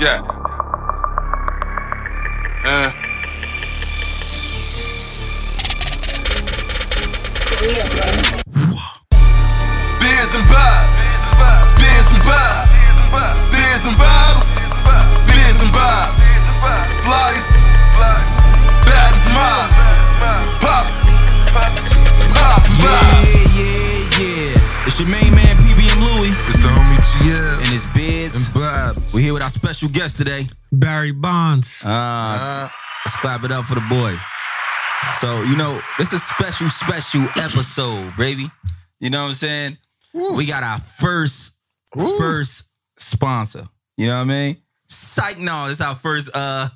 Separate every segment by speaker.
Speaker 1: Yeah. Uh, beers and vibes. Beers and vibes. Beers and bottles. Beers and vibes. Flies. Bads mobs. Pop. Pop. Pop.
Speaker 2: Yeah, yeah, yeah. It's your main man, PBM Louie,
Speaker 1: It's the homie GL
Speaker 2: and his bids.
Speaker 1: vibes.
Speaker 2: We're here with our special guest today.
Speaker 3: Mm. Barry Bonds.
Speaker 2: Uh,
Speaker 1: Uh,
Speaker 2: let's clap it up for the boy. So, you know, this is special, special episode, baby. You know what I'm saying? We got our first, first sponsor. You know what I mean? Psych, no, this is our first uh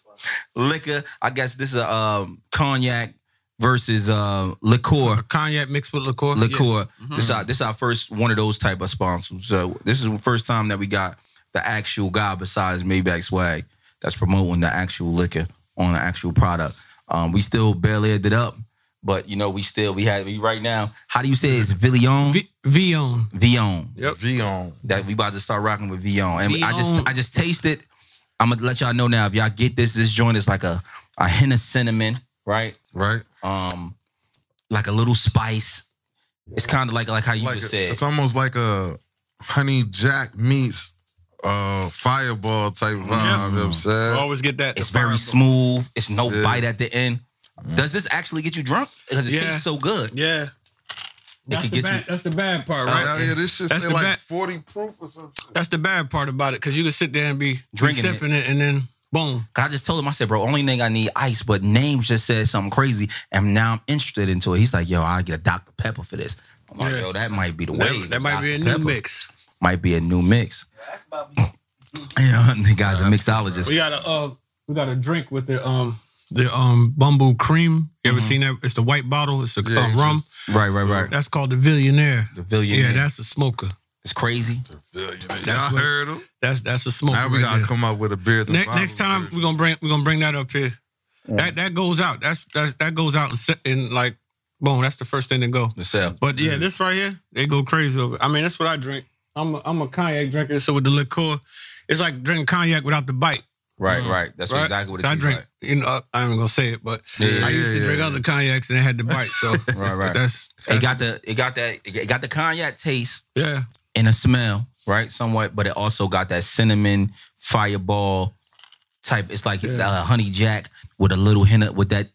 Speaker 2: liquor. I guess this is a um, cognac versus uh liqueur.
Speaker 3: Cognac mixed with liqueur.
Speaker 2: liqueur. This our this our first one of those type of sponsors. So this is the first time that we got the actual guy besides Maybach Swag that's promoting the actual liquor on the actual product. Um, we still barely ended up, but you know we still we had we right now. How do you say it's Villion?
Speaker 3: Yeah. V- Vion.
Speaker 2: Vion.
Speaker 3: Yep.
Speaker 1: Vion.
Speaker 2: That we about to start rocking with Vion, and I
Speaker 3: Vion.
Speaker 2: just I just taste it. I'm gonna let y'all know now. If y'all get this, this joint is like a a hint of cinnamon, right?
Speaker 1: Right?
Speaker 2: Um, like a little spice. It's kind of like like how you
Speaker 1: Like
Speaker 2: just
Speaker 1: a-
Speaker 2: said.
Speaker 1: it's almost like a honey jack meets uh fireball type vibe. You know what I'm saying?
Speaker 3: Always get that.
Speaker 2: It's
Speaker 3: the
Speaker 2: very
Speaker 3: fireball.
Speaker 2: smooth. It's no
Speaker 1: Yeah. Mm.
Speaker 2: bite at the end. Does this actually get you drunk? Because it
Speaker 3: Yeah.
Speaker 2: tastes so good.
Speaker 3: Yeah. That's
Speaker 2: could
Speaker 3: the,
Speaker 2: get
Speaker 3: bad,
Speaker 2: you-
Speaker 3: that's the bad part,
Speaker 1: Right
Speaker 3: right?
Speaker 1: out here, Oh, this shit
Speaker 3: That's
Speaker 1: say
Speaker 3: the
Speaker 1: like
Speaker 3: back-
Speaker 1: 40 proof or something.
Speaker 3: That's the bad part about it, because you can sit there and be
Speaker 2: Drinking
Speaker 3: drinking sipping it. and then boom.
Speaker 2: 'Cause I just told him, I said, bro, only thing I need ice, but names just said something crazy. And now I'm interested into it. He's like, yo, I'll get a Dr. Pepper for this. I'm like,
Speaker 3: Yeah.
Speaker 2: yo, that might be the way.
Speaker 3: That, that might be a new mix.
Speaker 2: Might be a new mix. yeah, and the guy's a mixologist.
Speaker 3: We got a uh, we got a drink with the um the um bumble cream. You ever seen that? It's the white bottle. It's the
Speaker 1: Yeah,
Speaker 3: uh,
Speaker 1: you
Speaker 3: rum.
Speaker 1: just-
Speaker 2: Right, right, right.
Speaker 3: That's called the Villionaire.
Speaker 2: The Villion.
Speaker 3: Yeah, that's a smoker.
Speaker 2: it's crazy.
Speaker 1: Y'all
Speaker 3: what-
Speaker 1: heard him?
Speaker 3: That's that's a smoker.
Speaker 1: Now we
Speaker 3: right
Speaker 1: gotta
Speaker 3: there.
Speaker 1: come up with a beers and
Speaker 3: Ne-
Speaker 1: bottles
Speaker 3: next time
Speaker 1: version.
Speaker 3: we're gonna bring we're gonna bring that up here. That that goes out. That's that that goes out and, se- and like boom. That's the first thing to go.
Speaker 2: The cell.
Speaker 3: But yeah, this right here, they go crazy over. it. I mean, that's what I drink. I'm a, I'm a cognac drinker, so with the liqueur, it's like drinking cognac without the bite.
Speaker 2: Right, right. That's
Speaker 3: Mm. right?
Speaker 2: exactly what it
Speaker 3: So I
Speaker 2: tastes
Speaker 3: drink.
Speaker 2: like.
Speaker 3: You know, I ain't gonna say it, but
Speaker 2: Yeah,
Speaker 3: I used
Speaker 1: yeah,
Speaker 3: to
Speaker 1: yeah,
Speaker 3: drink
Speaker 1: yeah.
Speaker 3: other cognacs and they had the bite. So
Speaker 2: Right, right.
Speaker 3: that's,
Speaker 2: It
Speaker 3: that's
Speaker 2: got the it got that it got the cognac taste.
Speaker 3: yeah.
Speaker 2: and a smell, right? Somewhat, but it also got that cinnamon fireball type. It's like uh, honey jack with a little hint of, with that.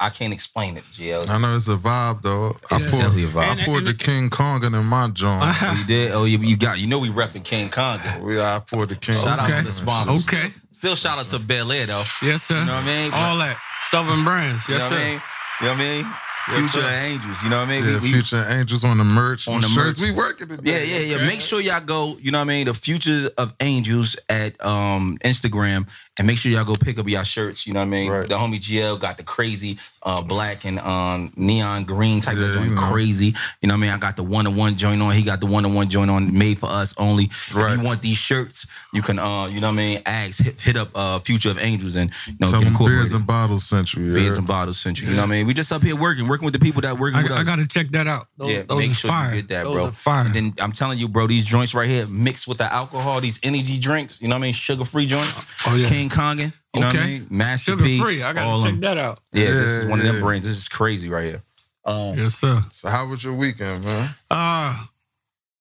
Speaker 2: I can't explain it, GL.
Speaker 1: I know it's a vibe though. I
Speaker 2: It's
Speaker 1: poured,
Speaker 2: definitely a vibe.
Speaker 1: I poured the King Kong in my joint.
Speaker 3: Uh-huh.
Speaker 2: you did? Oh, you, you got. You know we repping King Congo.
Speaker 1: we, I poured the King
Speaker 2: Shout out
Speaker 1: Kong.
Speaker 2: to
Speaker 1: in
Speaker 2: the
Speaker 1: my
Speaker 2: sponsors.
Speaker 3: Okay.
Speaker 2: Still shout out to Bel Air though.
Speaker 3: Yes, sir.
Speaker 2: You know what I mean?
Speaker 3: All that Southern brands.
Speaker 2: You
Speaker 3: Yes,
Speaker 2: know what
Speaker 3: sir.
Speaker 2: I mean? You know what I mean? Future
Speaker 1: sir.
Speaker 2: angels. You know what I mean?
Speaker 1: shit. Yeah,
Speaker 2: We- we-
Speaker 1: Future Angels on the merch.
Speaker 2: On
Speaker 1: On the
Speaker 2: the
Speaker 1: shirts.
Speaker 2: merch.
Speaker 1: We working
Speaker 2: Yeah,
Speaker 1: today.
Speaker 2: yeah, yeah. Make sure y'all go, you know what I mean? The Futures of Angels at um Instagram. And make sure y'all go pick up y'all shirts, you know what I mean?
Speaker 1: Right.
Speaker 2: The homie GL got the crazy uh black and um neon green type
Speaker 1: Yeah,
Speaker 2: of joint.
Speaker 1: you know.
Speaker 2: Crazy. You know what I mean? I got the one on one joint on. He got the one on one joint on made for us only.
Speaker 1: Right.
Speaker 2: If you want these shirts, you can uh, you know what I mean, ask, hit, hit up uh Future of Angels and you know,
Speaker 1: Tell
Speaker 2: get
Speaker 1: them beers
Speaker 2: incorporated.
Speaker 1: and bottles sent you. yeah.
Speaker 2: Beers and bottles sent you. You know what I mean? We just up here working, working with the people that working
Speaker 3: I,
Speaker 2: with us.
Speaker 3: I gotta check that out. Those,
Speaker 2: Yeah,
Speaker 3: those
Speaker 2: make
Speaker 3: is
Speaker 2: sure
Speaker 3: fire.
Speaker 2: you get that,
Speaker 3: those
Speaker 2: bro.
Speaker 3: Are fire.
Speaker 2: And then I'm telling you, bro, these joints right here mixed with the alcohol, these energy drinks, you know what I mean? Sugar free joints.
Speaker 3: Oh, yeah.
Speaker 2: King Kongan, you know what I
Speaker 3: Okay.
Speaker 2: mean? Master
Speaker 3: Sugar
Speaker 2: P,
Speaker 3: free. I
Speaker 2: all
Speaker 3: gotta check
Speaker 2: them.
Speaker 3: that out.
Speaker 2: Yeah, this is
Speaker 1: Yeah,
Speaker 2: one of
Speaker 1: yeah.
Speaker 2: them brands. This is crazy right here. Um,
Speaker 3: Yes, sir.
Speaker 1: So how was your weekend, man?
Speaker 3: Uh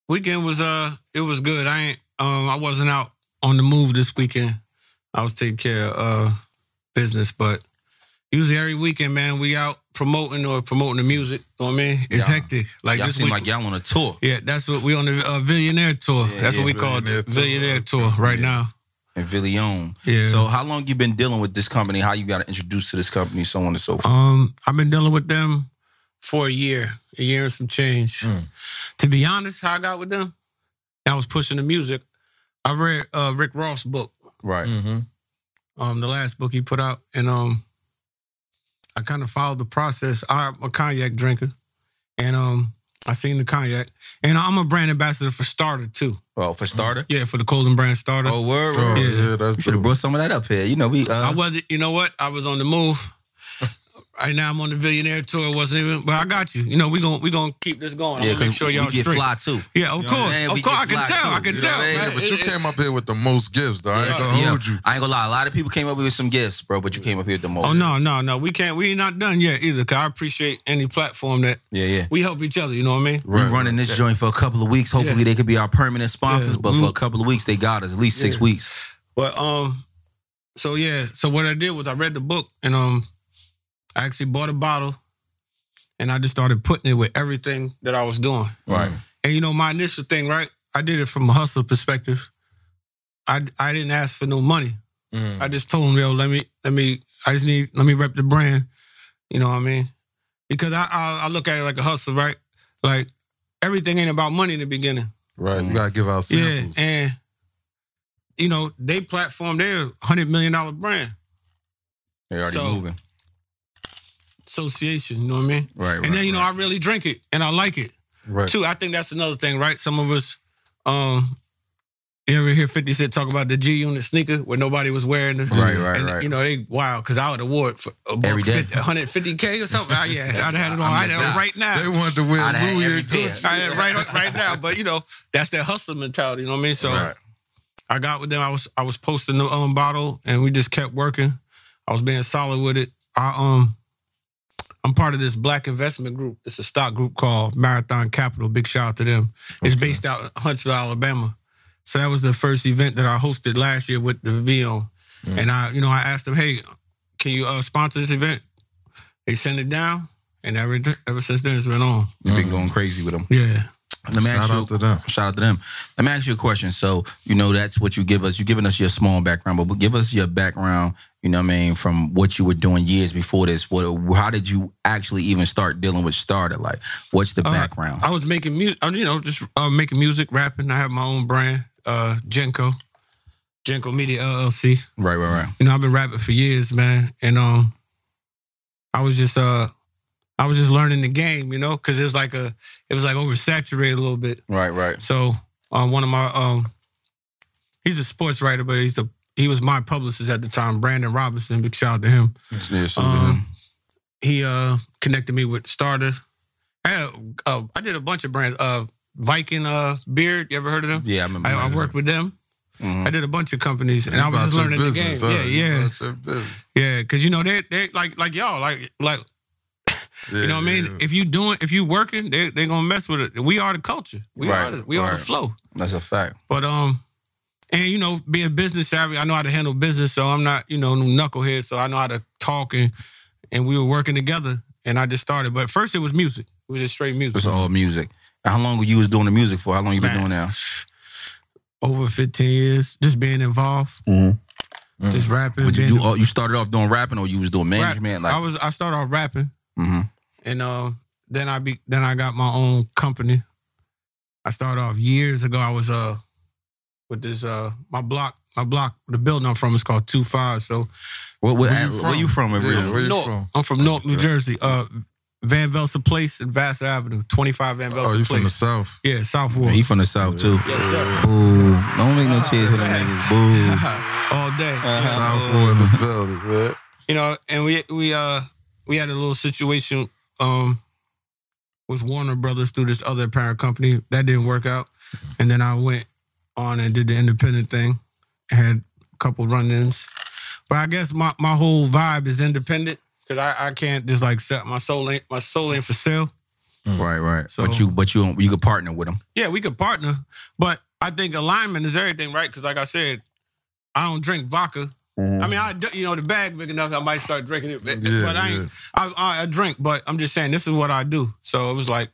Speaker 3: weekend was uh it was good. I ain't um I wasn't out on the move this weekend. I was taking care of uh business, but usually every weekend, man, we out promoting or promoting the music. You know what I mean? It's
Speaker 2: Yeah.
Speaker 3: hectic. Like
Speaker 2: y'all
Speaker 3: this
Speaker 2: seem
Speaker 3: week.
Speaker 2: like y'all on a tour.
Speaker 3: yeah, that's what we on the uh, billionaire tour.
Speaker 2: Yeah,
Speaker 3: that's
Speaker 2: yeah,
Speaker 3: what we call the
Speaker 1: Billionaire
Speaker 3: billionaire
Speaker 1: tour.
Speaker 3: tour right
Speaker 1: Yeah.
Speaker 3: now.
Speaker 2: in Villion.
Speaker 3: Yeah.
Speaker 2: So how long you been dealing with this company? How you got introduced to this company, so on and so forth.
Speaker 3: Um, I've been dealing with them for a year, a year and some change. To be honest, how I got with them, I was pushing the music. I read uh, Rick Ross' book, mm.
Speaker 2: Right.
Speaker 1: Mm-hmm.
Speaker 3: um, the last book he put out, and um, I kind of followed the process. I'm a cognac drinker, and um, I seen the cognac, and I'm a brand ambassador for Starter too.
Speaker 2: Well, for starter.
Speaker 3: Yeah, for the clothing brand Starter.
Speaker 2: Oh, word.
Speaker 1: Oh,
Speaker 2: word.
Speaker 1: yeah.
Speaker 3: Yeah.
Speaker 1: that's
Speaker 2: You should have
Speaker 1: dope.
Speaker 2: brought some of that up here. You know, we uh,
Speaker 3: I wasn't. You know what? I was on the move. Right now I'm on the billionaire tour. Wasn't even, but I got you. You know we gonna we gonna keep this going. I'm
Speaker 2: Yeah,
Speaker 3: gonna make sure
Speaker 2: we
Speaker 3: y'all
Speaker 2: get
Speaker 3: straight.
Speaker 2: fly too.
Speaker 3: Yeah, of
Speaker 2: You know what I'm
Speaker 3: course,
Speaker 2: saying? We
Speaker 3: of course.
Speaker 2: get
Speaker 3: I can
Speaker 2: fly,
Speaker 3: tell.
Speaker 2: too.
Speaker 3: I can
Speaker 2: You know what
Speaker 3: tell.
Speaker 2: I mean?
Speaker 1: Yeah,
Speaker 3: man.
Speaker 1: but
Speaker 3: It-
Speaker 1: you
Speaker 3: it-
Speaker 1: came up here with the most gifts, though. I ain't gonna
Speaker 2: Yeah.
Speaker 1: hold
Speaker 3: Mm.
Speaker 1: you.
Speaker 2: I ain't gonna lie. A lot of people came up with some gifts, bro. But you came up here with the most.
Speaker 3: Oh no, no, no. We can't. We ain't not done yet either. Cause I appreciate any platform that
Speaker 2: Yeah, yeah.
Speaker 3: we help each other. You know what I mean?
Speaker 2: we running this joint for a couple of weeks. Hopefully,
Speaker 3: Yeah.
Speaker 2: they could be our permanent sponsors.
Speaker 3: Yeah,
Speaker 2: But
Speaker 3: we-
Speaker 2: for a couple of weeks, they got us at least six
Speaker 3: Yeah.
Speaker 2: weeks.
Speaker 3: But um, so yeah, so what I did was I read the book and um, I actually bought a bottle, and I just started putting it with everything that I was doing.
Speaker 1: Right.
Speaker 3: And you know, my initial thing, right? I did it from a hustler perspective. I I didn't ask for no money.
Speaker 1: Mm.
Speaker 3: I just told him, yo, let me, let me, I just need, let me rep the brand. You know what I mean? Because I, I, I look at it like a hustle, right? Like everything ain't about money in the beginning.
Speaker 1: Right. You gotta give out samples.
Speaker 3: Yeah, and you know they platform, they're a hundred million dollar brand
Speaker 2: They already
Speaker 3: So-
Speaker 2: moving.
Speaker 3: association. You know what I mean?
Speaker 2: Right.
Speaker 3: And then you know I really drink it and I like it
Speaker 1: right.
Speaker 3: too. I think that's another thing, right? Some of us, um, you ever hear Fifty Cent talk about the G Unit sneaker where nobody was wearing it?
Speaker 2: Right, right,
Speaker 3: And,
Speaker 2: right.
Speaker 3: You know they wow, because I would award for a
Speaker 2: Every day.
Speaker 3: hundred fifty k or something. Ah, yeah, I'd have it on.
Speaker 2: I'm
Speaker 3: I'd
Speaker 2: just not-
Speaker 3: have it right now.
Speaker 1: They wanted to wear
Speaker 2: I'd have
Speaker 1: Louis
Speaker 2: every
Speaker 1: and
Speaker 2: pair.
Speaker 1: Gucci.
Speaker 3: I am right right now. But you know, that's that hustler mentality. You know what I mean? So
Speaker 1: Right.
Speaker 3: I got with them. I was I was posting the um bottle, and we just kept working. I was being solid with it. I um. I'm part of this black investment group. It's a stock group called Marathon Capital. Big shout out to them. It's based out in Huntsville, Alabama. So that was the first event that I hosted last year with the VO. And I, you know, I asked them, hey, can you uh, sponsor this event? They sent it down. And ever, ever since then, it's been on.
Speaker 2: They've been going crazy with them.
Speaker 3: Yeah.
Speaker 2: Mm. Let me ask
Speaker 1: Shout
Speaker 2: you-
Speaker 1: out to them.
Speaker 2: Shout out to them. Let me ask you a question. So, you know, that's what you give us. You're giving us your small background, but give us your background, you know what I mean, from what you were doing years before this. What how did you actually even start dealing with started? Like, what's the
Speaker 3: Uh,
Speaker 2: background?
Speaker 3: I was making music, you know, just uh, making music, rapping. I have my own brand, uh, Jenko, Jenko Media LLC.
Speaker 2: right, right, right.
Speaker 3: You know, I've been rapping for years, man, and um, I was just uh, I was just learning the game, you know, because it was like a, it was like oversaturated a little bit.
Speaker 2: Right, right.
Speaker 3: So uh, one of my um, he's a sports writer, but he's a he was my publicist at the time, Brandon Robinson. Big shout out to him
Speaker 2: Yeah, so
Speaker 3: Um, he uh connected me with Starter. I had a, uh, I did a bunch of brands. Uh, Viking uh Beard, you ever heard of them?
Speaker 2: yeah, I remember.
Speaker 3: I, I worked with them.
Speaker 2: Mhm.
Speaker 3: I did a bunch of companies, and
Speaker 1: You
Speaker 3: I was
Speaker 1: about
Speaker 3: just
Speaker 1: your
Speaker 3: learning the game.
Speaker 1: business,
Speaker 3: Yeah,
Speaker 1: huh? You
Speaker 3: yeah,
Speaker 1: about your business.
Speaker 3: yeah. Because you know they they like like y'all like like you know what I mean.
Speaker 1: Yeah.
Speaker 3: If you doing if you working, they they gonna mess with it. We are the culture. We
Speaker 2: Right,
Speaker 3: are the, we are
Speaker 2: right.
Speaker 3: the flow.
Speaker 2: That's a fact.
Speaker 3: But um, and you know, being business savvy, I know how to handle business. So I'm not, you know, no knucklehead. So I know how to talk and and we were working together. And I just started. But first, it was music. It was just straight music.
Speaker 2: It's all music. How long you was doing the music for? How long you been
Speaker 3: Man.
Speaker 2: doing now?
Speaker 3: Over 15 years, just being involved,
Speaker 2: Mm-hmm.
Speaker 3: just rapping.
Speaker 2: But you
Speaker 3: being-
Speaker 2: do all, you started off doing rapping, or you was doing
Speaker 3: rap-
Speaker 2: management?
Speaker 3: I
Speaker 2: Like,
Speaker 3: was. I started off rapping,
Speaker 2: Mhm.
Speaker 3: and um, then I be then I got my own company. I started off years ago. I was uh with this uh my block. My block, the building I'm from is called Two Five. So
Speaker 2: What- what-
Speaker 1: Where you
Speaker 2: where you from? in
Speaker 1: Yeah,
Speaker 2: real-
Speaker 1: where you
Speaker 3: North.
Speaker 1: from?
Speaker 3: I'm from North New Jersey. Uh, Van Velsa Place and Vass Avenue, 25 Van Velsa
Speaker 1: Oh, you from the
Speaker 3: Place.
Speaker 1: south?
Speaker 3: yeah, South
Speaker 2: Man,
Speaker 3: Ward.
Speaker 2: He from the south too.
Speaker 3: Yes, sir. Uh,
Speaker 2: Boo. Don't make no cheers for them niggas. Boo.
Speaker 3: All day.
Speaker 1: Uh,
Speaker 2: Uh-huh.
Speaker 1: South Florida, in the building, man.
Speaker 3: You know, and we we uh we had a little situation um with Warner Brothers through this other parent company. That didn't work out. And then I went on and did the independent thing. Had a couple run-ins. But I guess my, my whole vibe is independent. Cause I, I can't just like set my soul ain't my soul ain't for sale.
Speaker 2: Right, right.
Speaker 3: So-
Speaker 2: but you, but you, you could partner with them.
Speaker 3: Yeah, we could partner, but I think alignment is everything, right? Because like I said, I don't drink vodka.
Speaker 2: Mm-hmm.
Speaker 3: I mean, I do- you know the bag big enough, I might start drinking it, but,
Speaker 1: Yeah,
Speaker 3: but I, ain't,
Speaker 1: yeah.
Speaker 3: I, I I drink. But I'm just saying, this is what I do. So it was like,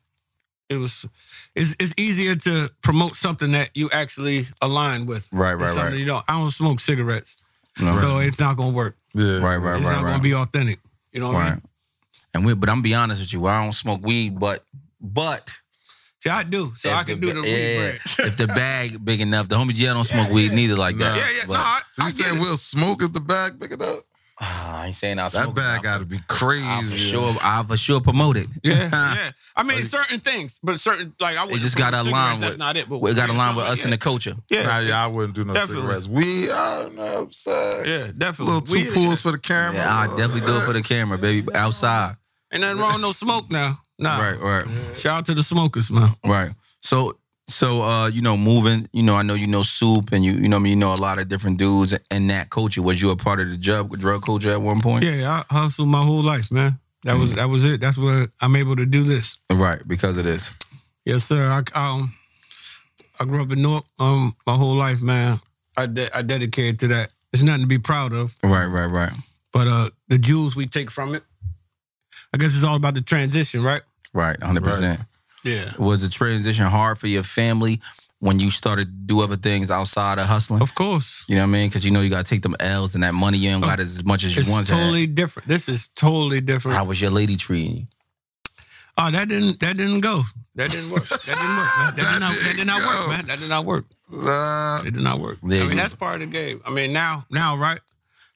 Speaker 3: it was, it's it's easier to promote something that you actually align with.
Speaker 2: Right,
Speaker 3: than
Speaker 2: right,
Speaker 3: something
Speaker 2: right.
Speaker 3: You don't. I don't smoke cigarettes,
Speaker 2: No,
Speaker 3: so it's not gonna work.
Speaker 1: Yeah.
Speaker 2: right, right,
Speaker 3: It's
Speaker 2: right,
Speaker 3: not
Speaker 2: right.
Speaker 3: gonna be authentic. You know what I
Speaker 2: right.
Speaker 3: mean?
Speaker 2: And we, but I'm be honest with you, I don't smoke weed, but, but
Speaker 3: See, I do, so I
Speaker 2: if
Speaker 3: can
Speaker 2: the-
Speaker 3: do the
Speaker 2: yeah,
Speaker 3: yeah.
Speaker 2: if the bag big enough, the homie GL don't smoke weed neither like
Speaker 1: Nah.
Speaker 2: that.
Speaker 3: Yeah, yeah,
Speaker 2: But,
Speaker 3: no, I,
Speaker 1: So
Speaker 3: I
Speaker 1: you
Speaker 3: get
Speaker 1: saying
Speaker 3: it.
Speaker 1: Will Smoke is the bag? Pick it up.
Speaker 2: Ah, I ain't saying I
Speaker 1: That
Speaker 2: smoke.
Speaker 1: bag
Speaker 2: I,
Speaker 1: gotta be
Speaker 2: I for
Speaker 1: crazy.
Speaker 2: sure, I for sure promote it.
Speaker 3: Yeah, yeah. I mean,
Speaker 1: Like-
Speaker 3: certain things, but certain like I
Speaker 2: It
Speaker 3: wouldn't
Speaker 2: just
Speaker 3: smoke
Speaker 2: got to align
Speaker 3: cigarettes,
Speaker 2: with.
Speaker 3: That's not it. But
Speaker 2: it got to
Speaker 3: yeah,
Speaker 2: align with
Speaker 3: something-
Speaker 2: us and the culture.
Speaker 3: yeah.
Speaker 1: Nah, yeah, I wouldn't do no
Speaker 3: Definitely.
Speaker 1: cigarettes. We are, you know what I'm saying?
Speaker 3: yeah, yeah, definitely.
Speaker 1: Little two
Speaker 3: Weed,
Speaker 1: pools for the camera.
Speaker 2: Yeah, I definitely do it for the camera, baby. but Outside,
Speaker 3: Ain't nothing wrong with no smoke now. Nah.
Speaker 2: right, right.
Speaker 3: Shout out to the smokers, man.
Speaker 2: Right. So so uh, you know, moving, you know, I know you know soup and you you know I mean, you know a lot of different dudes in that culture. Was you a part of the drug drug culture at one point?
Speaker 3: Yeah, I hustled my whole life, man. That
Speaker 2: Mm.
Speaker 3: was that was it. That's what I'm able to do this.
Speaker 2: Right, because of this.
Speaker 3: Yes, sir. I um, I grew up in Newark. Um, my whole life, man. I de- I dedicated to that. It's nothing to be proud of,
Speaker 2: Right, right, right.
Speaker 3: but uh, the jewels we take from it. I guess it's all about the transition, right?
Speaker 2: Right, hundred percent.
Speaker 3: Yeah.
Speaker 2: Was the transition hard for your family when you started to do other things outside of hustling?
Speaker 3: Of course.
Speaker 2: You know what I mean? Because you know you gotta take them L's and that money you ain't got is as much as you
Speaker 3: It's
Speaker 2: want.
Speaker 3: totally different. This is totally different.
Speaker 2: How was your lady treating you?
Speaker 3: Oh, that didn't that didn't go. That didn't work. That didn't work. Man. That,
Speaker 1: That
Speaker 3: did not, that did
Speaker 1: didn't
Speaker 3: not
Speaker 1: go.
Speaker 3: work, man. That did not work.
Speaker 1: Nah,
Speaker 3: It did not work.
Speaker 2: There
Speaker 3: I
Speaker 2: you
Speaker 3: mean,
Speaker 2: go.
Speaker 3: that's part of the game. I mean, now, now, right?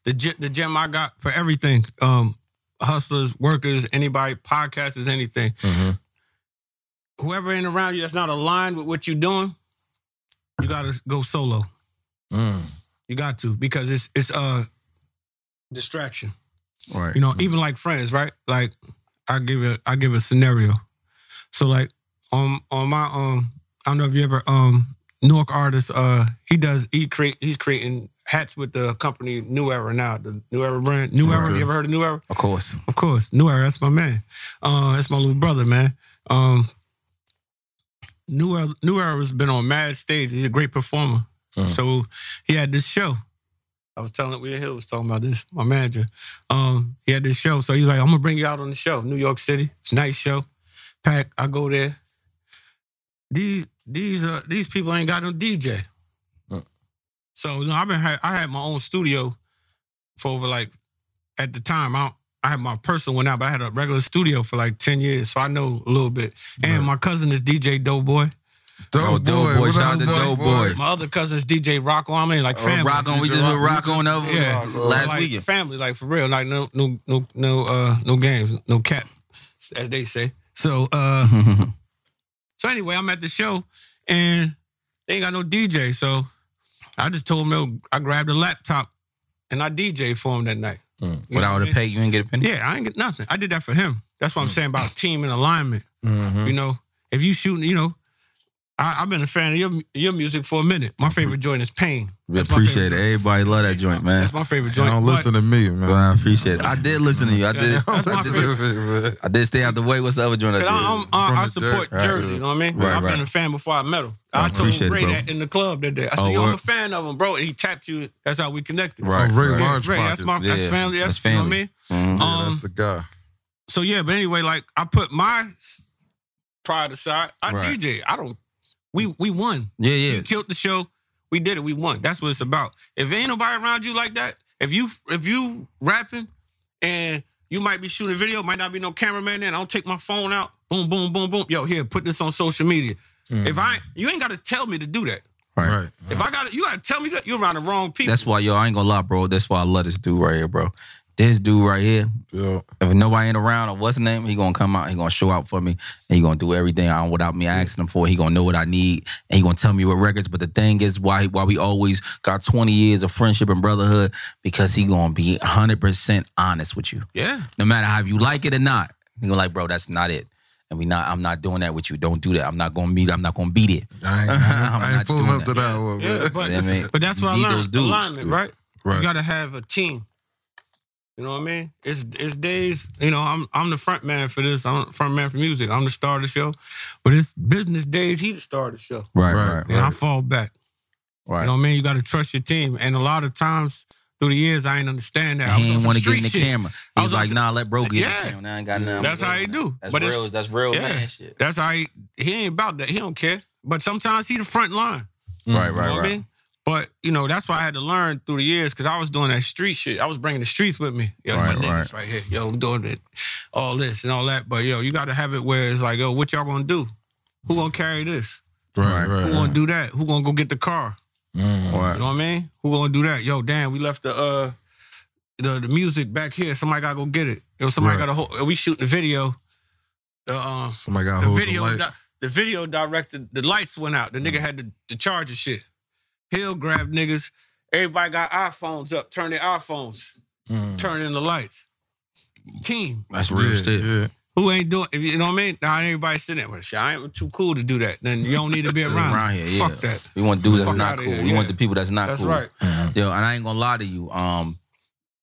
Speaker 3: The ge- the gem I got for everything, um, hustlers, workers, anybody, podcasters, anything.
Speaker 2: Mm-hmm.
Speaker 1: Mhm.
Speaker 3: Whoever ain't around you that's not aligned with what you're doing, you gotta go solo.
Speaker 1: Mm.
Speaker 2: Mm-hmm.
Speaker 3: You got to because it's it's uh distraction.
Speaker 2: Right.
Speaker 3: You know, even like friends, right? Like I give a I give a scenario. So like on on my um I don't know if you ever um Newark artist uh he does he create he's creating hats with the company New Era now the New Era brand New Era
Speaker 1: Okay.
Speaker 3: you ever heard of New Era
Speaker 2: of course.
Speaker 3: of course New Era that's my man uh that's my little brother man um New Era New Era's been on mad stage he's a great performer
Speaker 1: Mhm.
Speaker 3: so he had this show I was telling we Hill was talking about this my manager um he had this show so he's like I'm gonna bring you out on the show New York City it's a nice show pack I go there these these uh these people ain't got no DJ.
Speaker 1: Mm.
Speaker 3: So you know, I've been ha- I had my own studio for over like at the time I I had my personal one out, but I had a regular studio for like ten years, so I know a little bit. And my cousin is DJ Doughboy.
Speaker 2: Oh,
Speaker 1: Dope
Speaker 2: Dope
Speaker 1: boy.
Speaker 2: Boy.
Speaker 1: What
Speaker 2: Shout
Speaker 1: up,
Speaker 2: out to
Speaker 1: Dope
Speaker 2: Dope
Speaker 1: boy?
Speaker 2: Boy.
Speaker 3: My other cousin is DJ Rocco. I mean, like family.
Speaker 2: rock on. We just
Speaker 1: Rock-
Speaker 2: went rock on over
Speaker 3: Yeah.
Speaker 2: Oh, last
Speaker 3: like
Speaker 2: weekend.
Speaker 3: Family, like for real, like no, no, no, no, uh, no games, no cap, as they say. So, uh, so anyway, I'm at the show and they ain't got no DJ. So I just told him I grabbed a laptop and I DJ for him that night. You
Speaker 1: Mm.
Speaker 3: know what
Speaker 2: Without
Speaker 3: I
Speaker 2: a
Speaker 3: mean?
Speaker 2: pay, you ain't get a penny.
Speaker 3: Yeah, I ain't get nothing. I did that for him. That's
Speaker 2: Mm.
Speaker 3: what I'm saying about team and alignment.
Speaker 1: Mhm.
Speaker 3: You know, if you shooting, you know, I, I've been a fan of your your music for a minute. My favorite joint is Pain.
Speaker 2: We
Speaker 3: That's my
Speaker 2: appreciate it.
Speaker 3: favorite.
Speaker 2: Everybody love that joint, man.
Speaker 3: That's my favorite
Speaker 1: You
Speaker 3: joint.
Speaker 1: Don't
Speaker 3: but-
Speaker 1: listen to me,
Speaker 2: Well,
Speaker 1: man.
Speaker 2: I appreciate it. I did listen to you. I did.
Speaker 3: That's my
Speaker 2: I did, I did stay out the way. What's the other joint? I
Speaker 3: Cause I, I'm,
Speaker 2: did?
Speaker 1: From
Speaker 3: I, I
Speaker 1: the
Speaker 3: support
Speaker 1: dirt, right.
Speaker 3: Jersey, you know what I mean?
Speaker 2: Right,
Speaker 3: I've
Speaker 2: right.
Speaker 3: been a fan before I met him. I
Speaker 2: I
Speaker 3: told
Speaker 2: appreciate it,
Speaker 3: Ray
Speaker 2: bro.
Speaker 3: that in the club that day. I said,
Speaker 2: Oh,
Speaker 3: "Yo, I'm a
Speaker 2: word.
Speaker 3: fan of him, bro," and he tapped you. That's how we connected.
Speaker 2: Right,
Speaker 1: Oh, Ray
Speaker 2: right.
Speaker 3: Yeah,
Speaker 1: Large
Speaker 3: Ray, that's my
Speaker 1: Pockets.
Speaker 3: that's
Speaker 2: Yeah,
Speaker 3: family. That's,
Speaker 2: that's
Speaker 3: You know what I
Speaker 2: family.
Speaker 3: mean?
Speaker 2: Mhm.
Speaker 1: Yeah,
Speaker 3: Um,
Speaker 1: that's the guy.
Speaker 3: So yeah, but anyway, like I put my s- pride aside. I
Speaker 2: Right.
Speaker 3: DJ. I don't. We we won.
Speaker 2: Yeah,
Speaker 3: You
Speaker 2: yeah.
Speaker 3: killed the show. We did it. We won. That's what it's about. If ain't nobody around you like that, if you if you rapping and you might be shooting a video, might not be no cameraman in. I don't take my phone out. Boom, boom, boom, boom. Yo, here, put this on social media.
Speaker 2: Mm-hmm.
Speaker 3: If I you ain't gotta tell me to do that.
Speaker 2: Right.
Speaker 1: Right.
Speaker 3: If I gotta you gotta tell me that you're around the wrong people.
Speaker 2: That's why, yo, I ain't gonna lie, bro. That's why I love this dude right here, bro. This dude right here.
Speaker 1: Yeah.
Speaker 2: If nobody ain't around or what's his name, he gonna come out. He gonna show out for me. And he gonna do everything I, without me asking him for. it. He gonna know what I need. And he gonna tell me what records. But the thing is, why why we always got twenty years of friendship and brotherhood because he gonna be hundred percent honest with you.
Speaker 3: yeah.
Speaker 2: no matter how you like it or not. You're like, bro, that's not it. And we not, I'm not doing that with you. Don't do that. I'm not gonna meet. I'm not gonna beat it.
Speaker 1: I ain't,
Speaker 2: I'm
Speaker 1: I ain't, I
Speaker 2: not
Speaker 1: ain't pulling
Speaker 2: doing
Speaker 1: up to that one, man.
Speaker 3: Yeah, but,
Speaker 2: You know what I mean?
Speaker 3: but that's
Speaker 2: You
Speaker 3: what I
Speaker 2: need
Speaker 3: learned.
Speaker 2: those dudes.
Speaker 3: Alignment, right? You
Speaker 1: Right.
Speaker 3: gotta have a team. You know what I mean? It's it's days. You know, I'm I'm the front man for this. I'm the front man for music. I'm the star of the show. But it's business days. He the star of the show.
Speaker 2: Right,
Speaker 1: Right.
Speaker 2: right, right.
Speaker 3: And I fall back.
Speaker 2: right.
Speaker 3: You know what I mean? You gotta trust your team. And a lot of times through the years, I ain't understand that. I
Speaker 2: And he
Speaker 3: was on
Speaker 2: didn't
Speaker 3: some
Speaker 2: want to get in the
Speaker 3: street shit.
Speaker 2: camera.
Speaker 3: I
Speaker 2: He
Speaker 3: was
Speaker 2: was
Speaker 3: on
Speaker 2: like,
Speaker 3: some-
Speaker 2: nah, let bro get in
Speaker 3: Yeah.
Speaker 2: the camera. Nah, I ain't got nothing.
Speaker 3: That's how he do.
Speaker 2: That's
Speaker 3: But it's-
Speaker 2: real. That's real
Speaker 3: yeah.
Speaker 2: man shit.
Speaker 3: That's how he he ain't about that. He don't care. But sometimes he the front line.
Speaker 2: Right,
Speaker 3: You know
Speaker 2: right,
Speaker 3: what I
Speaker 2: right.
Speaker 3: mean? But you know, that's why I had to learn through the years because I was doing that street shit. I was bringing the streets with me. Yo,
Speaker 2: Right,
Speaker 3: my niggas right here. Yo, I'm doing it, all this and all that. But yo, you got to have it where it's like, yo, what y'all gonna do? Who gonna carry this?
Speaker 1: Right,
Speaker 2: Right.
Speaker 1: right.
Speaker 3: Who gonna do that? Who gonna go get the car? You
Speaker 1: Mm.
Speaker 2: Right.
Speaker 3: know what I mean? Who gonna do that? Yo, damn, we left the uh the, the music back here. Somebody gotta go get it. Yo, somebody
Speaker 1: Right.
Speaker 3: gotta hold. We shoot the video. The um,
Speaker 1: Somebody got
Speaker 3: the
Speaker 1: hold
Speaker 3: video,
Speaker 1: the light.
Speaker 3: di- the video directed. The lights went out. The nigga had to, to charge the shit. Hill grabbed niggas. Everybody got iPhones up. Turn their iPhones.
Speaker 1: Mm.
Speaker 3: Turn in the lights. Team.
Speaker 2: That's
Speaker 1: yeah,
Speaker 2: real shit.
Speaker 1: Yeah.
Speaker 3: Who ain't doing? if You know what I mean? Now everybody sitting there. Well, shit, I ain't too cool to do that. Then you don't need to be around.
Speaker 2: Around here, yeah.
Speaker 3: Fuck that.
Speaker 2: We want dudes that's
Speaker 3: Fuck
Speaker 2: not
Speaker 3: outta
Speaker 2: cool.
Speaker 3: here,
Speaker 2: We want
Speaker 3: yeah.
Speaker 2: the people that's not
Speaker 3: That's
Speaker 2: cool.
Speaker 3: right.
Speaker 1: Mhm.
Speaker 2: Yo, and I ain't gonna lie to you. Um,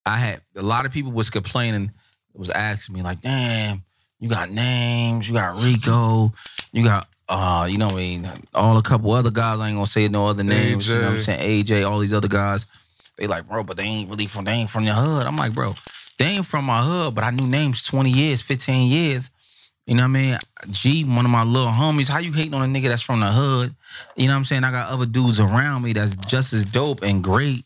Speaker 2: I had a lot of people was complaining, was asking me like, "Damn, you got names, you got Rico, you got uh, you know, what I mean, all a couple other guys. I ain't gonna say no other names. You know what I'm saying? AJ, all these other guys. They like, bro, but they ain't really from. They ain't from your hood. I'm like, bro, they ain't from my hood, but I knew names 20 years, 15 years. You know what I mean? G, one of my little homies. How you hating on a nigga that's from the hood? You know what I'm saying? I got other dudes around me that's just as dope and great.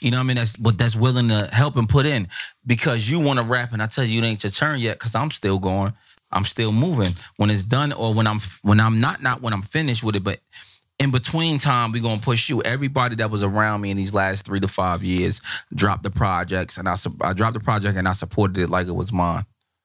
Speaker 2: You know what I mean? That's but that's willing to help and put in because you want to rap and I tell you it ain't your turn yet because I'm still going. I'm still moving. When it's done or when I'm when I'm not not when I'm finished with it, but in between time, we gonna push you. Everybody that was around me in these last three to five years dropped the projects, and I sup- I dropped the project and I supported it like it was mine.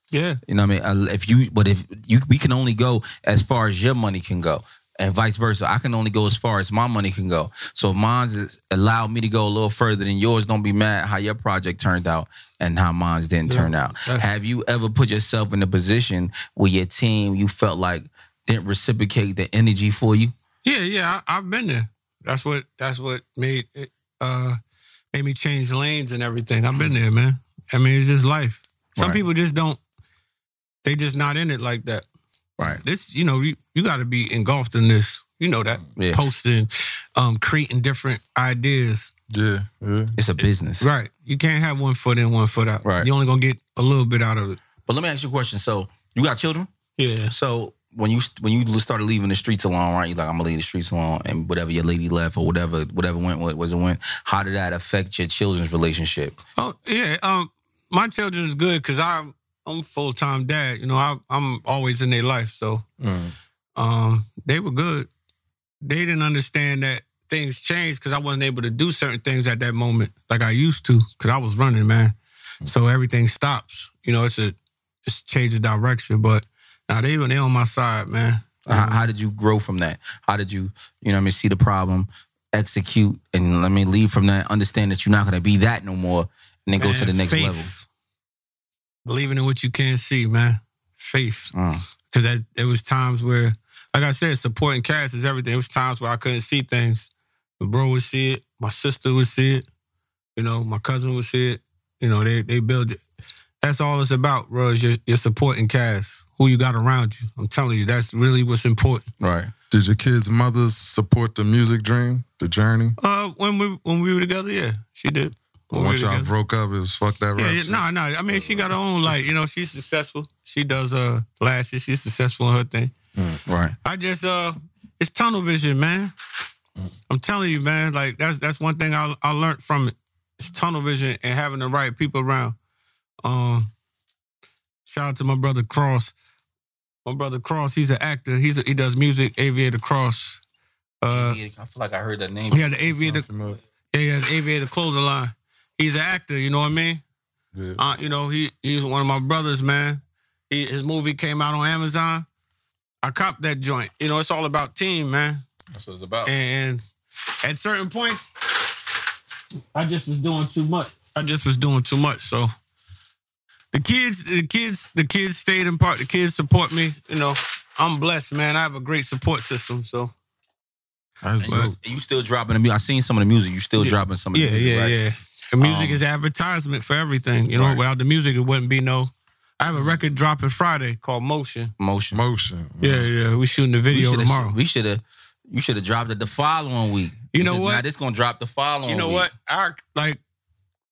Speaker 3: Yeah.
Speaker 2: You know what I mean? Uh, If you, but if you, we can only go as far as your money can go, and vice versa. I can only go as far as my money can go. So if mine's is- allowed me to go a little further than yours, don't be mad how your project turned out and how mine's didn't
Speaker 3: Yeah.
Speaker 2: turn out.
Speaker 3: That's-
Speaker 2: Have you ever put yourself in a position where your team you felt like didn't reciprocate the energy for you?
Speaker 3: Yeah, yeah, I, I've been there. That's what that's what made it uh made me change lanes and everything. I've been there, man. I mean, it's just life. Some
Speaker 2: Mm. Right.
Speaker 3: people just don't they just not in it like that.
Speaker 2: Right.
Speaker 3: This, you know, you, you got to be engulfed in this. You know that.
Speaker 2: Yeah.
Speaker 3: Posting, um creating different ideas.
Speaker 1: Yeah. Yeah.
Speaker 2: It's a business.
Speaker 3: Right. You can't have one foot in, one foot out.
Speaker 2: Right.
Speaker 3: You only going to get a little bit out of it.
Speaker 2: But let me ask you a question. So you got children?
Speaker 3: Yeah.
Speaker 2: So when you when you started leaving the streets alone, right? You like I'm gonna leave the streets alone, and whatever your lady left or whatever whatever went what was it went. How did that affect your children's relationship?
Speaker 3: Oh yeah, um, my children is good because I'm I'm full time dad. You know, I, I'm always in their life, so
Speaker 1: Mm.
Speaker 3: um, they were good. They didn't understand that things changed because I wasn't able to do certain things at that moment like I used to because I was running, man. So everything stops. You know, it's a it's change of direction, but now they they on my side, man.
Speaker 2: How, how did you grow from that? How did you you know what I mean see the problem, execute, and let me leave from that. Understand that you're not gonna be that no more, and then go to
Speaker 3: Man,
Speaker 2: the next
Speaker 3: faith.
Speaker 2: level.
Speaker 3: Believing in what you can't see, man. Faith.
Speaker 2: Mm,
Speaker 3: because there was times where, like I said, supporting cats is everything. It was times where I couldn't see things. My bro would see it. My sister would see it. You know, my cousin would see it. You know, they they build it. That's all it's about, bro. Is your, your supporting cast, who you got around you. I'm telling you, that's really what's important.
Speaker 2: right.
Speaker 1: Did your kids' mothers support the music dream, the journey?
Speaker 3: Uh, when we when we were together, yeah, she did. When we were
Speaker 1: Once y'all
Speaker 3: together.
Speaker 1: broke up, it was fuck that
Speaker 3: Yeah,
Speaker 1: rap.
Speaker 3: yeah,
Speaker 1: shit.
Speaker 3: no, no. I mean, she got her own like, you know, she's successful. She does uh lashes. She's successful in her thing.
Speaker 2: Right.
Speaker 3: I just uh it's tunnel vision, man. I'm telling you, man, like that's that's one thing I I learned from it. It's tunnel vision and having the right people around. Um shout out to my brother Cross. My brother Cross, he's an actor. He's a, he does music, Aviator Cross. Uh
Speaker 2: I feel like I heard that name.
Speaker 3: he had the Aviator
Speaker 1: Familiar.
Speaker 3: yeah, he had the Aviator clothing line. He's an actor, you know what I mean?
Speaker 1: Yeah.
Speaker 3: Uh, you know, he he's one of my brothers, man. He, his movie came out on Amazon. I copped that joint. You know, it's all about team, man.
Speaker 2: That's what it's about.
Speaker 3: And at certain points, I just was doing too much. I just was doing too much. So the kids, the kids, the kids stayed in part. The kids support me. You know, I'm blessed, man. I have a great support system. So
Speaker 1: That's
Speaker 2: And
Speaker 1: dope.
Speaker 2: you, you still dropping the music? I seen some of the music. You still
Speaker 3: Yeah.
Speaker 2: dropping some of the
Speaker 3: yeah,
Speaker 2: music,
Speaker 3: yeah,
Speaker 2: right?
Speaker 3: yeah. And music
Speaker 2: Um,
Speaker 3: is advertisement for everything. You know,
Speaker 2: Right.
Speaker 3: without the music, it wouldn't be no. I have a record dropping Friday called Motion.
Speaker 2: Motion.
Speaker 1: Motion.
Speaker 3: Yeah, yeah. We shooting the video
Speaker 2: should've-
Speaker 3: tomorrow.
Speaker 2: Mm. We should have. You should have dropped it the following week.
Speaker 3: You know
Speaker 2: Because
Speaker 3: what?
Speaker 2: Now this gonna drop the following.
Speaker 3: you know
Speaker 2: week.
Speaker 3: what our like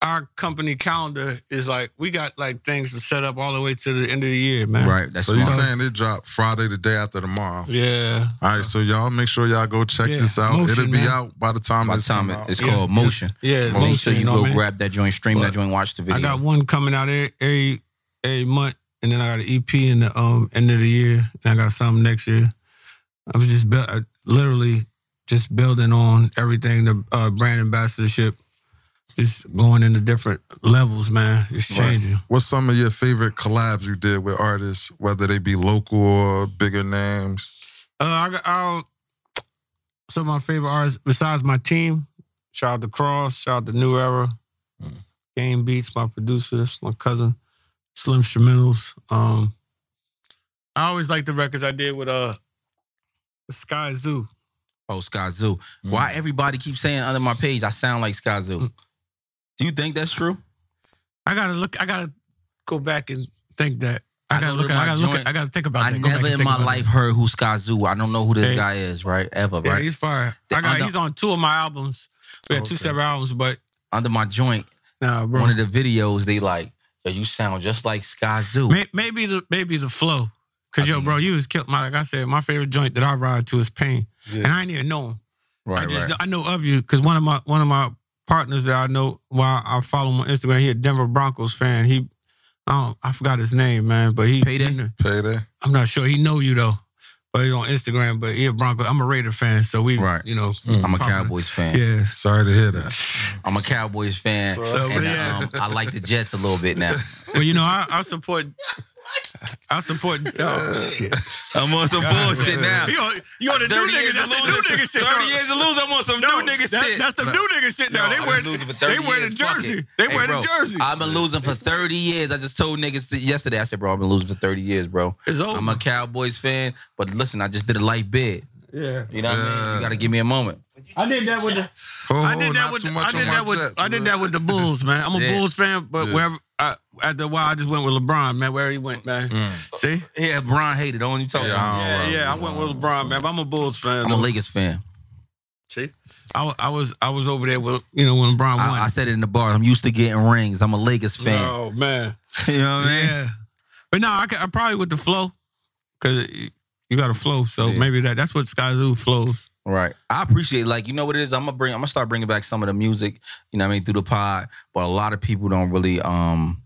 Speaker 3: our company calendar is like we got like things to set up all the way to the end of the year man
Speaker 2: Right. That's
Speaker 1: So you
Speaker 2: smart.
Speaker 1: saying it dropped Friday the day after tomorrow?
Speaker 3: yeah
Speaker 1: All right, so y'all make sure y'all go check
Speaker 3: Yeah,
Speaker 1: this out.
Speaker 3: motion,
Speaker 1: It'll be
Speaker 3: man.
Speaker 1: out by the time
Speaker 2: By the
Speaker 1: this
Speaker 2: time
Speaker 1: time
Speaker 2: it-
Speaker 1: out.
Speaker 2: it's
Speaker 3: Yes,
Speaker 2: called
Speaker 3: yes.
Speaker 2: motion.
Speaker 3: yeah
Speaker 2: Make
Speaker 3: motion,
Speaker 2: sure you,
Speaker 3: you know
Speaker 2: go
Speaker 3: what I mean?
Speaker 2: grab that joint, stream that
Speaker 3: But
Speaker 2: joint, watch the video.
Speaker 3: i got one coming out every, every every month and then i got an ep in the um end of the year and i got something next year i was just built literally just building on everything the uh, brand uh, ambassadorship it's going into different levels, man. It's changing.
Speaker 1: What's some of your favorite collabs you did with artists, whether they be local or bigger names?
Speaker 3: Uh, I, got- I'll, some of my favorite artists besides my team. Shout out to Cross. Shout out to New Era.
Speaker 2: Hmm.
Speaker 3: Game Beats, my producer. That's my cousin. Slim Instrumentals. Um, I always like the records I did with uh Sky Zoo.
Speaker 2: Oh, Sky Zoo.
Speaker 3: Mm.
Speaker 2: Why everybody keeps saying under my page I sound like Sky Zoo? Do you think that's true?
Speaker 3: I gotta look. I gotta go back and think that.
Speaker 2: I
Speaker 3: I gotta
Speaker 2: know
Speaker 3: look.
Speaker 2: that
Speaker 3: At,
Speaker 2: my
Speaker 3: I gotta look.
Speaker 2: joint-
Speaker 3: At, I gotta think about
Speaker 2: I
Speaker 3: that. Go back
Speaker 2: never
Speaker 3: and
Speaker 2: in
Speaker 3: think
Speaker 2: my
Speaker 3: about
Speaker 2: life heard who Sky Zoo. I don't know who this
Speaker 3: Hey.
Speaker 2: guy is, right? Ever,
Speaker 3: that. Yeah,
Speaker 2: right?
Speaker 3: he's fire.
Speaker 2: The-
Speaker 3: I got.
Speaker 2: under-
Speaker 3: He's on two of my albums. We had two
Speaker 1: Okay.
Speaker 3: separate albums, but
Speaker 2: Under my joint,
Speaker 3: nah, bro.
Speaker 2: one of the videos, they like, yo, you sound just like Sky Zoo.
Speaker 3: May- Maybe the maybe the flow, cause
Speaker 2: I
Speaker 3: yo,
Speaker 2: mean-
Speaker 3: bro, you was killed. My like I said, my favorite joint that I ride to is Pain,
Speaker 1: Yeah.
Speaker 3: and I didn't even know him.
Speaker 2: right,
Speaker 3: I
Speaker 2: right.
Speaker 3: just I know of you, cause one of my one of my partners that I know, while I follow him on Instagram, he a Denver Broncos fan. He, I don't, I forgot his name, man, but he.
Speaker 2: Payday?
Speaker 3: he kn-
Speaker 1: Payday.
Speaker 3: I'm not sure he know you though, but he's on Instagram. But he a Bronco. I'm a Raider fan, so we,
Speaker 2: Right. Mm.
Speaker 3: you know,
Speaker 2: I'm a
Speaker 3: popping.
Speaker 2: Cowboys fan.
Speaker 3: yeah.
Speaker 1: Sorry to hear that.
Speaker 2: I'm a Cowboys fan.
Speaker 1: So-
Speaker 3: So
Speaker 2: and
Speaker 3: yeah,
Speaker 2: um, I like the Jets a little bit now.
Speaker 3: but you know, I, I support. I support. Oh, shit.
Speaker 2: I'm on some bullshit now.
Speaker 3: You on, you on the new
Speaker 2: 30 years
Speaker 3: nigga? That's
Speaker 2: a
Speaker 3: the new
Speaker 2: loser.
Speaker 3: nigga shit.
Speaker 2: 30
Speaker 3: dog.
Speaker 2: years a loser. I'm on some
Speaker 3: No,
Speaker 2: new nigga
Speaker 3: that-
Speaker 2: shit.
Speaker 3: That's the new nigga shit now.
Speaker 2: No,
Speaker 3: they
Speaker 2: I've
Speaker 3: wear
Speaker 2: been losing for 30
Speaker 3: they wear the
Speaker 2: years. Fuck
Speaker 3: jersey.
Speaker 2: it.
Speaker 3: They
Speaker 2: Hey,
Speaker 3: wear the
Speaker 2: bro,
Speaker 3: jersey.
Speaker 2: I've been losing for 30 years. I just told niggas th- yesterday. I said, bro, I've been losing for 30 years, bro.
Speaker 3: It's over.
Speaker 2: I'm a Cowboys fan, but listen, I just did a light bid.
Speaker 3: yeah.
Speaker 2: You know what I mean?
Speaker 1: Yeah.
Speaker 2: You got to give me a moment.
Speaker 3: I did that with the
Speaker 1: Oh,
Speaker 3: I did that
Speaker 1: not
Speaker 3: with
Speaker 1: too
Speaker 3: the,
Speaker 1: much
Speaker 3: I did
Speaker 1: on
Speaker 3: that
Speaker 1: my
Speaker 3: with
Speaker 1: Jets,
Speaker 3: I did
Speaker 1: man.
Speaker 3: that with the Bulls, man. I'm a
Speaker 2: Yeah.
Speaker 3: Bulls fan, but
Speaker 1: Yeah.
Speaker 3: wherever I after a while I just went with LeBron, man, wherever he went, man.
Speaker 1: Mm.
Speaker 3: See?
Speaker 2: Yeah, Bron hated. Don't you talk
Speaker 1: Yeah,
Speaker 2: about
Speaker 1: I
Speaker 2: me.
Speaker 1: don't
Speaker 3: Yeah,
Speaker 1: like
Speaker 3: yeah, I went with LeBron, man. But I'm a Bulls
Speaker 2: I'm
Speaker 3: fan.
Speaker 2: a
Speaker 3: though.
Speaker 2: Lakers fan.
Speaker 3: See? I, wa- I was I was over there with you know when LeBron won.
Speaker 2: I, I said it in the bar. I'm used to getting rings. I'm a Lakers fan.
Speaker 3: Oh man.
Speaker 2: you know what I mean?
Speaker 3: Yeah. But no, I, could- I probably with the flow. Cause it- you got a flow, so
Speaker 2: Yeah.
Speaker 3: maybe that that's what Sky Zoo flows.
Speaker 2: Right. I appreciate like you know what it is. I'm gonna bring. I'm gonna start bringing back some of the music. You know what I mean through the pod, but a lot of people don't really. um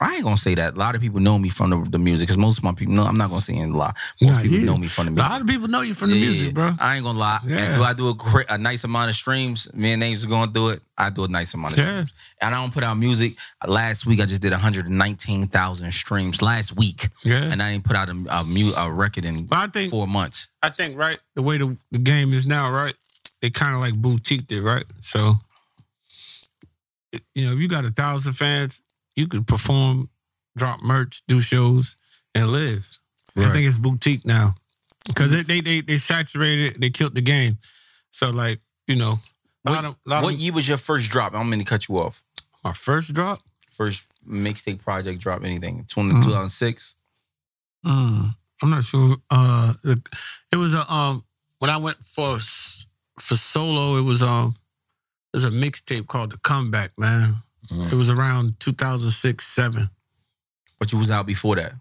Speaker 2: I ain't gonna say that. A lot of people know me from the, the music because most of my people. No, I'm not gonna say a lot. Most
Speaker 3: Nah,
Speaker 2: people
Speaker 3: yeah.
Speaker 2: know me from the
Speaker 3: A
Speaker 2: music.
Speaker 3: lot of people know you from the
Speaker 2: Yeah,
Speaker 3: music,
Speaker 2: yeah.
Speaker 3: bro.
Speaker 2: I ain't gonna lie. And
Speaker 3: Yeah.
Speaker 2: do I do a, cra- a nice amount of streams? Me and Names are going through it. I do a nice amount of
Speaker 3: Yeah.
Speaker 2: streams. And I don't put out music. Last week I just did 119,000 streams last week,
Speaker 3: Yeah.
Speaker 2: and I didn't put out a, a, mu- a record in
Speaker 3: But I think
Speaker 2: four months.
Speaker 3: I think right the way the, the game is now, right? They kind of like boutiqued it, right? So it- you know, if you got a thousand fans, you could perform, drop merch, do shows, and live. I
Speaker 1: Right.
Speaker 3: think it's boutique now because they, they they they saturated, they killed the game. So like you know, a lot of, lot
Speaker 2: What
Speaker 3: of
Speaker 2: year was your first drop? I'm gonna cut you off.
Speaker 3: my first drop.
Speaker 2: first mixtape project drop anything 20,
Speaker 1: Mm-hmm.
Speaker 3: Mm.
Speaker 2: 2006
Speaker 3: Mm, I'm not sure. Uh, the, it was a um when I went for s- for solo. It was um it was a mixtape called The Comeback. Man,
Speaker 1: Mm.
Speaker 3: it was around 2006 seven.
Speaker 2: but you was out before that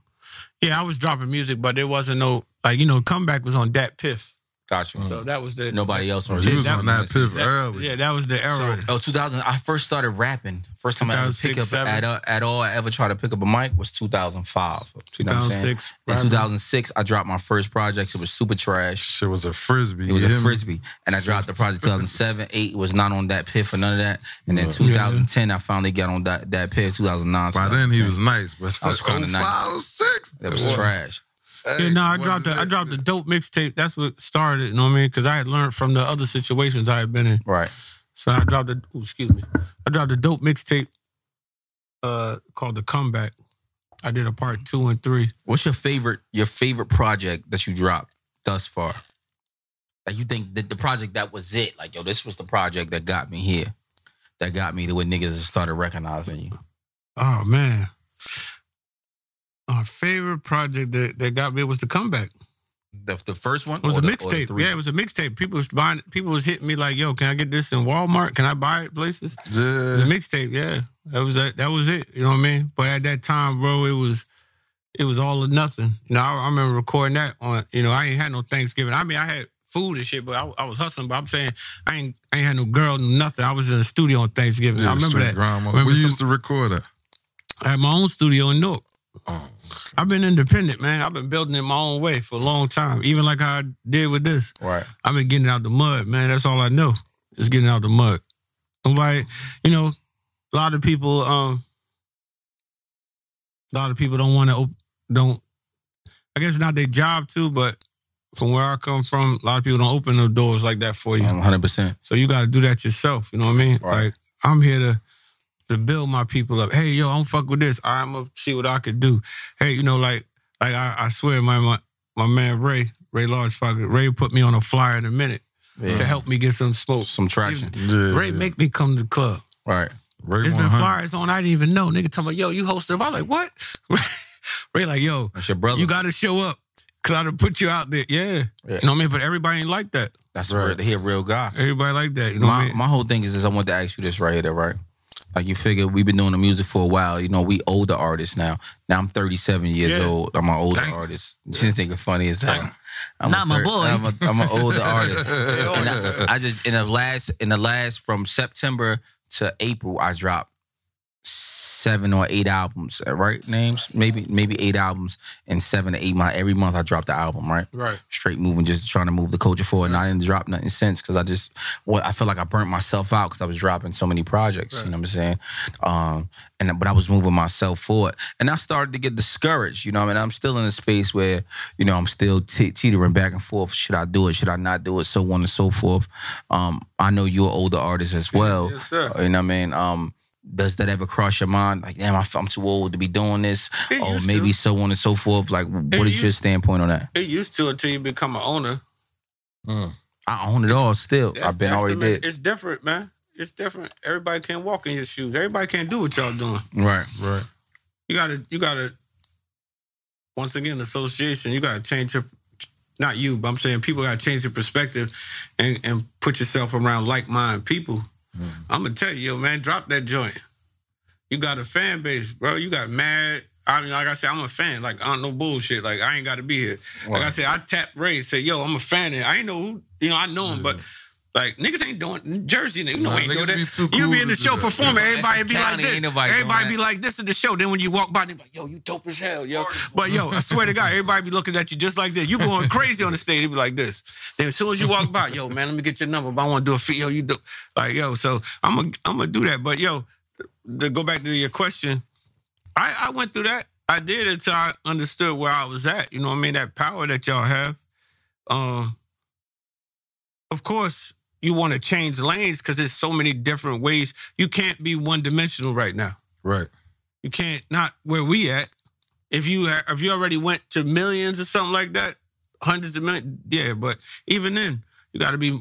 Speaker 3: Yeah, I was dropping music, but there wasn't no like you know Comeback was on that Piff,
Speaker 2: gotcha
Speaker 3: so
Speaker 1: Mm.
Speaker 3: that was the
Speaker 2: nobody else
Speaker 1: Mm-hmm. Oh,
Speaker 2: was
Speaker 1: you was
Speaker 3: that
Speaker 1: on that
Speaker 2: so,
Speaker 1: pivot early.
Speaker 3: yeah that was the era.
Speaker 2: oh 2000 i first started rapping first time i ever pick up
Speaker 3: 2006,
Speaker 2: at, a- at all i ever tried to pick up a mic was 2005 you know what I'm saying?
Speaker 3: 2006.
Speaker 2: in
Speaker 3: right?
Speaker 2: 2006 i dropped my first project it was super trash
Speaker 1: Shit was a frisbee.
Speaker 2: it was
Speaker 1: you
Speaker 2: a
Speaker 1: hear me?
Speaker 2: frisbee, and I dropped the project 2007, 8 was not on that pit for none of that, and then
Speaker 1: Yeah.
Speaker 2: 2010 I finally got on that that pit. 2009.
Speaker 1: By then he
Speaker 2: 2010.
Speaker 1: was nice, but
Speaker 2: I was kinda nice.
Speaker 1: 05, 06.
Speaker 2: that was trash.
Speaker 1: Hey,
Speaker 3: Yeah, no, I
Speaker 1: wasn't
Speaker 3: dropped the I
Speaker 1: it-
Speaker 3: dropped the dope mixtape. That's what started. You know what I mean? Because I had learned from the other situations I had been in.
Speaker 2: Right.
Speaker 3: So I dropped a ooh, excuse me. I dropped a dope mixtape uh called The Comeback. I did a part two and three.
Speaker 2: What's your favorite your favorite project that you dropped thus far? Like you think that the project that was it? Like yo, this was the project that got me here, that got me to where niggas started recognizing you.
Speaker 3: Oh man. Our favorite project that, that got me was the comeback.
Speaker 2: The, the first one
Speaker 3: It was
Speaker 2: or
Speaker 3: a
Speaker 2: the- or the
Speaker 3: mixtape.
Speaker 2: three?
Speaker 3: Yeah, it was a mixtape. People was buying people was hitting me like, yo, can I get this in Walmart? Can I buy it places? It was a
Speaker 1: Yeah.
Speaker 3: mixtape, yeah. That was that that was it. You know what I mean? But at that time, bro, it was it was all or nothing. You know, I, I remember recording that on, you know, I ain't had no Thanksgiving. I mean, I had food and shit, but I, I was hustling. But I'm saying I ain't I ain't had no girl, nothing. I was in the studio on Thanksgiving.
Speaker 1: Yeah,
Speaker 3: I remember
Speaker 1: street
Speaker 3: that.
Speaker 1: grandma.
Speaker 3: Remember
Speaker 1: we
Speaker 3: some-
Speaker 1: used to record it.
Speaker 3: I had my own studio in Newark.
Speaker 1: Oh,
Speaker 3: I've been independent, man. I've been building it my own way for a long time. Even like how I did with this.
Speaker 2: right.
Speaker 3: I've been getting out the mud, man. That's all I know. Is getting out the mud. Nobody, you know, a lot of people, um, a lot of people don't want to, op- don't. I guess not their job too, but from where I come from, a lot of people don't open the doors like that for you.
Speaker 2: One hundred percent.
Speaker 3: So you got to do that yourself. You know what I mean?
Speaker 2: Right.
Speaker 3: Like I'm here to to build my people up. Hey, yo, I'm fuck with this. I'm gonna see what I could do. Hey, you know, like like I, I swear, my my my man Ray Ray Large Pocket Ray put me on a flyer in a minute to help me get some smoke.
Speaker 2: Some traction.
Speaker 1: Yeah.
Speaker 3: Ray make me come to the club.
Speaker 2: Right.
Speaker 1: Ray
Speaker 3: There's been
Speaker 1: 100.
Speaker 3: flyers on. I didn't even know. Nigga talking about yo, you hosted. I'm like what? Ray like yo,
Speaker 2: That's your brother.
Speaker 3: you got to show up. Cause I done put you out there. Yeah.
Speaker 2: Yeah.
Speaker 3: You know what I mean? But everybody ain't like that.
Speaker 2: That's
Speaker 1: Right.
Speaker 2: right. He a real guy.
Speaker 3: Everybody like that. You know what I
Speaker 2: my
Speaker 3: mean?
Speaker 2: my whole thing is is I want to ask you this right here, though, right? Like you figure we've been doing the music for a while. You know, we older artists now. Now I'm 37 years
Speaker 3: Yeah.
Speaker 2: old. I'm an older
Speaker 3: Dang.
Speaker 2: artist. She's thinking funny as hell. I'm
Speaker 4: Not
Speaker 2: a
Speaker 4: my
Speaker 2: thir-
Speaker 4: boy.
Speaker 2: I'm, a, I'm an older artist.
Speaker 1: Yeah.
Speaker 2: And I, I just in the last in the last from September to April, I dropped seven or eight albums. Right names, maybe maybe eight albums and seven to eight. My every month I dropped the album. Right
Speaker 3: Right.
Speaker 2: straight moving, just trying to move the culture forward. And I didn't drop nothing since because I just, well, I feel like I burnt myself out because I was dropping so many projects. You know what I'm saying? Um, and but I was moving myself forward, and I started to get discouraged. You know, what I mean, I'm still in a space where, you know, I'm still te- teetering back and forth. Should I do it? Should I not do it? So on and so forth. Um, I know you're an older artist as well.
Speaker 3: Yes, sir.
Speaker 2: You know what I mean? Um, does that ever cross your mind? Like, damn, I f- I'm too old to be doing this.
Speaker 3: It
Speaker 2: or
Speaker 3: used to.
Speaker 2: Oh, maybe so on and so forth. Like, what is
Speaker 3: used-
Speaker 2: your standpoint on that?
Speaker 3: It used to until you become an owner.
Speaker 1: Mm.
Speaker 2: I own it all still.
Speaker 3: That's-
Speaker 2: I've been
Speaker 3: that's
Speaker 2: already
Speaker 3: the man-
Speaker 2: did.
Speaker 3: It's different, man. It's different. Everybody can't walk in your shoes. Everybody can't do what y'all doing.
Speaker 2: Right.
Speaker 1: Right.
Speaker 3: You gotta, you gotta. Once again, association. You gotta change your, not you, but I'm saying people gotta change your perspective, and and put yourself around like minded people.
Speaker 2: Mm-hmm.
Speaker 3: I'm gonna tell you, yo, man, drop that joint. You got a fan base, bro. You got mad. I mean, like I said, I'm a fan. Like I don't know bullshit. Like I ain't got to be here. Like I said, I tapped Ray and said, "Yo, I'm a fan." And I ain't know who, you know, I know him, but like niggas ain't doing Jersey niggas. No,
Speaker 1: Nah,
Speaker 3: ain't doing
Speaker 1: niggas
Speaker 3: that.
Speaker 1: be too
Speaker 3: you
Speaker 1: cool
Speaker 3: be in the
Speaker 1: to
Speaker 3: show
Speaker 1: do that.
Speaker 3: performing, everybody
Speaker 4: Essex
Speaker 3: be like
Speaker 4: County,
Speaker 3: this.
Speaker 4: ain't nobody doing
Speaker 3: Everybody
Speaker 4: that.
Speaker 3: be like this in the show. Then when you walk by, they be like, "Yo, you dope as hell, yo." But yo, I swear to God, everybody be looking at you just like this. You going crazy on the stage. They be like this. Then as soon as you walk by, yo, man, let me get your number. But I want to do a fee. Yo, you do like yo. So I'm gonna I'm gonna do that. But yo, to go back to your question, I, I went through that. I did until I understood where I was at. You know what I mean? That power that y'all have. Um, of course, you want to change lanes because there's so many different ways. You can't be one dimensional right now.
Speaker 1: Right.
Speaker 3: You can't not where we at. If you ha- if you already went to millions or something like that, hundreds of millions, yeah. But even then, you got to be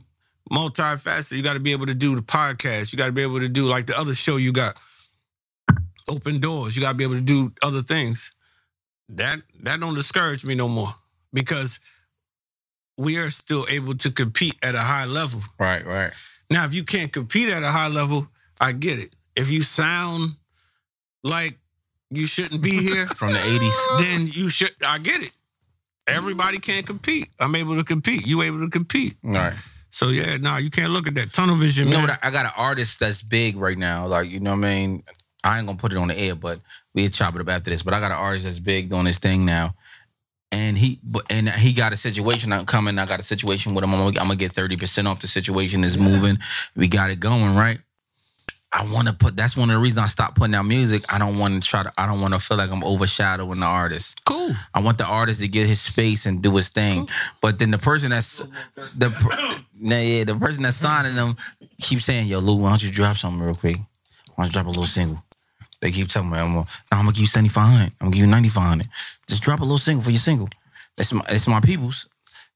Speaker 3: multifaceted. You got to be able to do the podcast. You got to be able to do like the other show you got. Open doors. You got to be able to do other things. That that don't discourage me no more because we are still able to compete at a high level.
Speaker 2: Right, right.
Speaker 3: Now, if you can't compete at a high level, I get it. If you sound like you shouldn't be here,
Speaker 2: From the 80s.
Speaker 3: then you should. I get it. Everybody can't compete. I'm able to compete. You able to compete.
Speaker 2: All right.
Speaker 3: So yeah, nah, you can't look at that tunnel vision,
Speaker 2: You know
Speaker 3: man.
Speaker 2: what? I- I got an artist that's big right now. Like, you know what I mean? I ain't gonna put it on the air, but we'll chop it up after this. But I got an artist that's big doing this thing now. And he but and he got a situation I'm coming. I got a situation with him. I'm gonna, I'm gonna get 30% off the situation is moving. We got it going, right? I wanna put that's one of the reasons I stopped putting out music. I don't wanna try to I don't wanna feel like I'm overshadowing the artist.
Speaker 3: cool.
Speaker 2: I want the artist to get his space and do his thing. But then the person that's the per- nah, yeah, the person that's signing them keeps saying, "Yo, Lou, why don't you drop something real quick? Why don't you drop a little single?" They keep telling me, "I'm gonna, nah, I'm gonna give you seventy five hundred. I'm gonna give you ninety five hundred. Just drop a little single for your single. It's my it's my people's."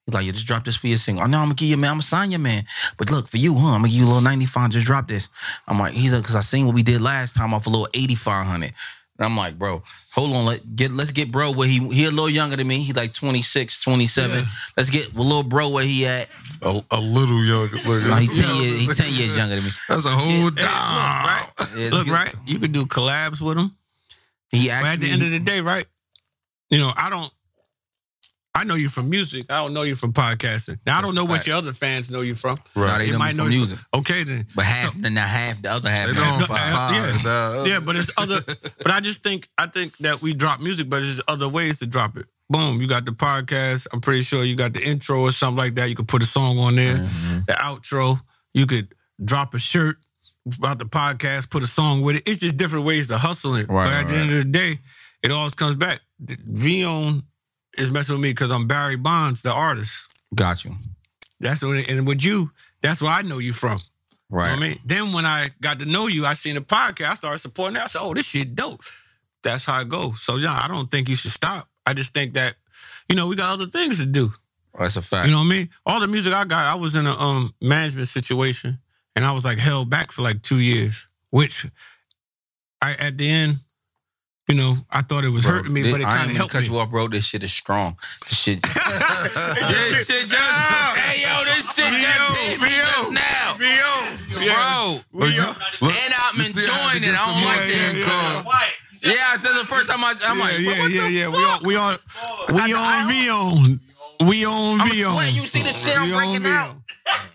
Speaker 2: He's like, "You just drop this for your single. Oh, no, I'm gonna give you man. I'm gonna sign your man. But look for you, huh? I'm gonna give you a little ninety five. Just drop this." I'm like, "He's like, cause I seen what we did last time off a little eighty five hundred. And I'm like, bro, hold on, let get let's get bro where he he a little younger than me. He like 26, 27. Let's get little bro where he at.
Speaker 1: A, a little younger. Look,
Speaker 2: No, he 10 years, he 10 years younger than me.
Speaker 1: That's a whole
Speaker 3: Hey, look,
Speaker 1: dime.
Speaker 3: right?
Speaker 2: Yeah,
Speaker 3: Look,
Speaker 2: he-
Speaker 3: right? You could do collabs with them.
Speaker 2: He
Speaker 3: But at
Speaker 2: actually
Speaker 3: the end of the day, right? You know, I don't. I know you from music. I don't know you from podcasting. Now I don't know what
Speaker 2: right.
Speaker 3: your other fans know you from.
Speaker 2: Nah, they
Speaker 3: They
Speaker 2: know
Speaker 3: might
Speaker 2: me
Speaker 3: know
Speaker 2: from
Speaker 3: you-
Speaker 2: music.
Speaker 3: Okay, then.
Speaker 2: But half and now half the other half.
Speaker 1: They know
Speaker 2: man.
Speaker 1: I'm
Speaker 3: No,
Speaker 1: five.
Speaker 3: yeah.
Speaker 1: Nah,
Speaker 3: yeah, but it's other. but I just think I think that we drop music, but there's other ways to drop it. Boom, you got the podcast. I'm pretty sure you got the intro
Speaker 2: Mm-hmm.
Speaker 3: or something like that. You could put a song on there, the outro. You could drop a shirt about the podcast, put a song with it. It's just different ways to hustle it.
Speaker 2: Right,
Speaker 3: but at
Speaker 2: right,
Speaker 3: the end of the day, it always comes back. Vion is messing with me because I'm Barry Bonds, the artist.
Speaker 2: Got you.
Speaker 3: That's what it, and with you, that's where I know you from. You know
Speaker 2: Right.
Speaker 3: what I mean? Then when I got to know you, I seen the podcast, I started supporting it. I said, oh, this shit dope. That's how it goes. So yeah, I don't think you should stop. I just think that, you know, we got other things to do.
Speaker 2: That's a fact.
Speaker 3: You know what I mean? All the music I got, I was in a um management situation and I was like held back for like two years, which I at the end, you know, I thought it was
Speaker 2: Bro,
Speaker 3: hurting me,
Speaker 2: thi-
Speaker 3: but it
Speaker 2: I
Speaker 3: kind
Speaker 2: ain't
Speaker 3: of
Speaker 2: gonna
Speaker 3: helped
Speaker 2: cut
Speaker 3: me.
Speaker 2: you off, bro. This shit is strong. This shit.
Speaker 3: This
Speaker 2: shit just.
Speaker 3: Hey,
Speaker 2: yo, this shit
Speaker 3: Vio, hit me Vio, just
Speaker 2: now,
Speaker 3: Yo,
Speaker 1: Look,
Speaker 3: we
Speaker 1: you-
Speaker 3: are-
Speaker 1: look,
Speaker 2: And I'm
Speaker 1: you see how
Speaker 2: enjoying
Speaker 1: to
Speaker 2: it.
Speaker 1: get
Speaker 2: I don't
Speaker 1: some
Speaker 2: like
Speaker 1: money
Speaker 3: that.
Speaker 1: and
Speaker 3: Yeah,
Speaker 1: go.
Speaker 2: Yeah, I said the first time I, I'm like,
Speaker 3: yeah,
Speaker 2: yeah, what
Speaker 3: yeah,
Speaker 2: the
Speaker 3: yeah.
Speaker 2: fuck?
Speaker 3: We on, we on, we on, we on, we on,
Speaker 2: I'm
Speaker 3: we on.
Speaker 2: sweating. You see the shit I'm
Speaker 3: We on
Speaker 2: breaking
Speaker 3: Vio.
Speaker 2: out.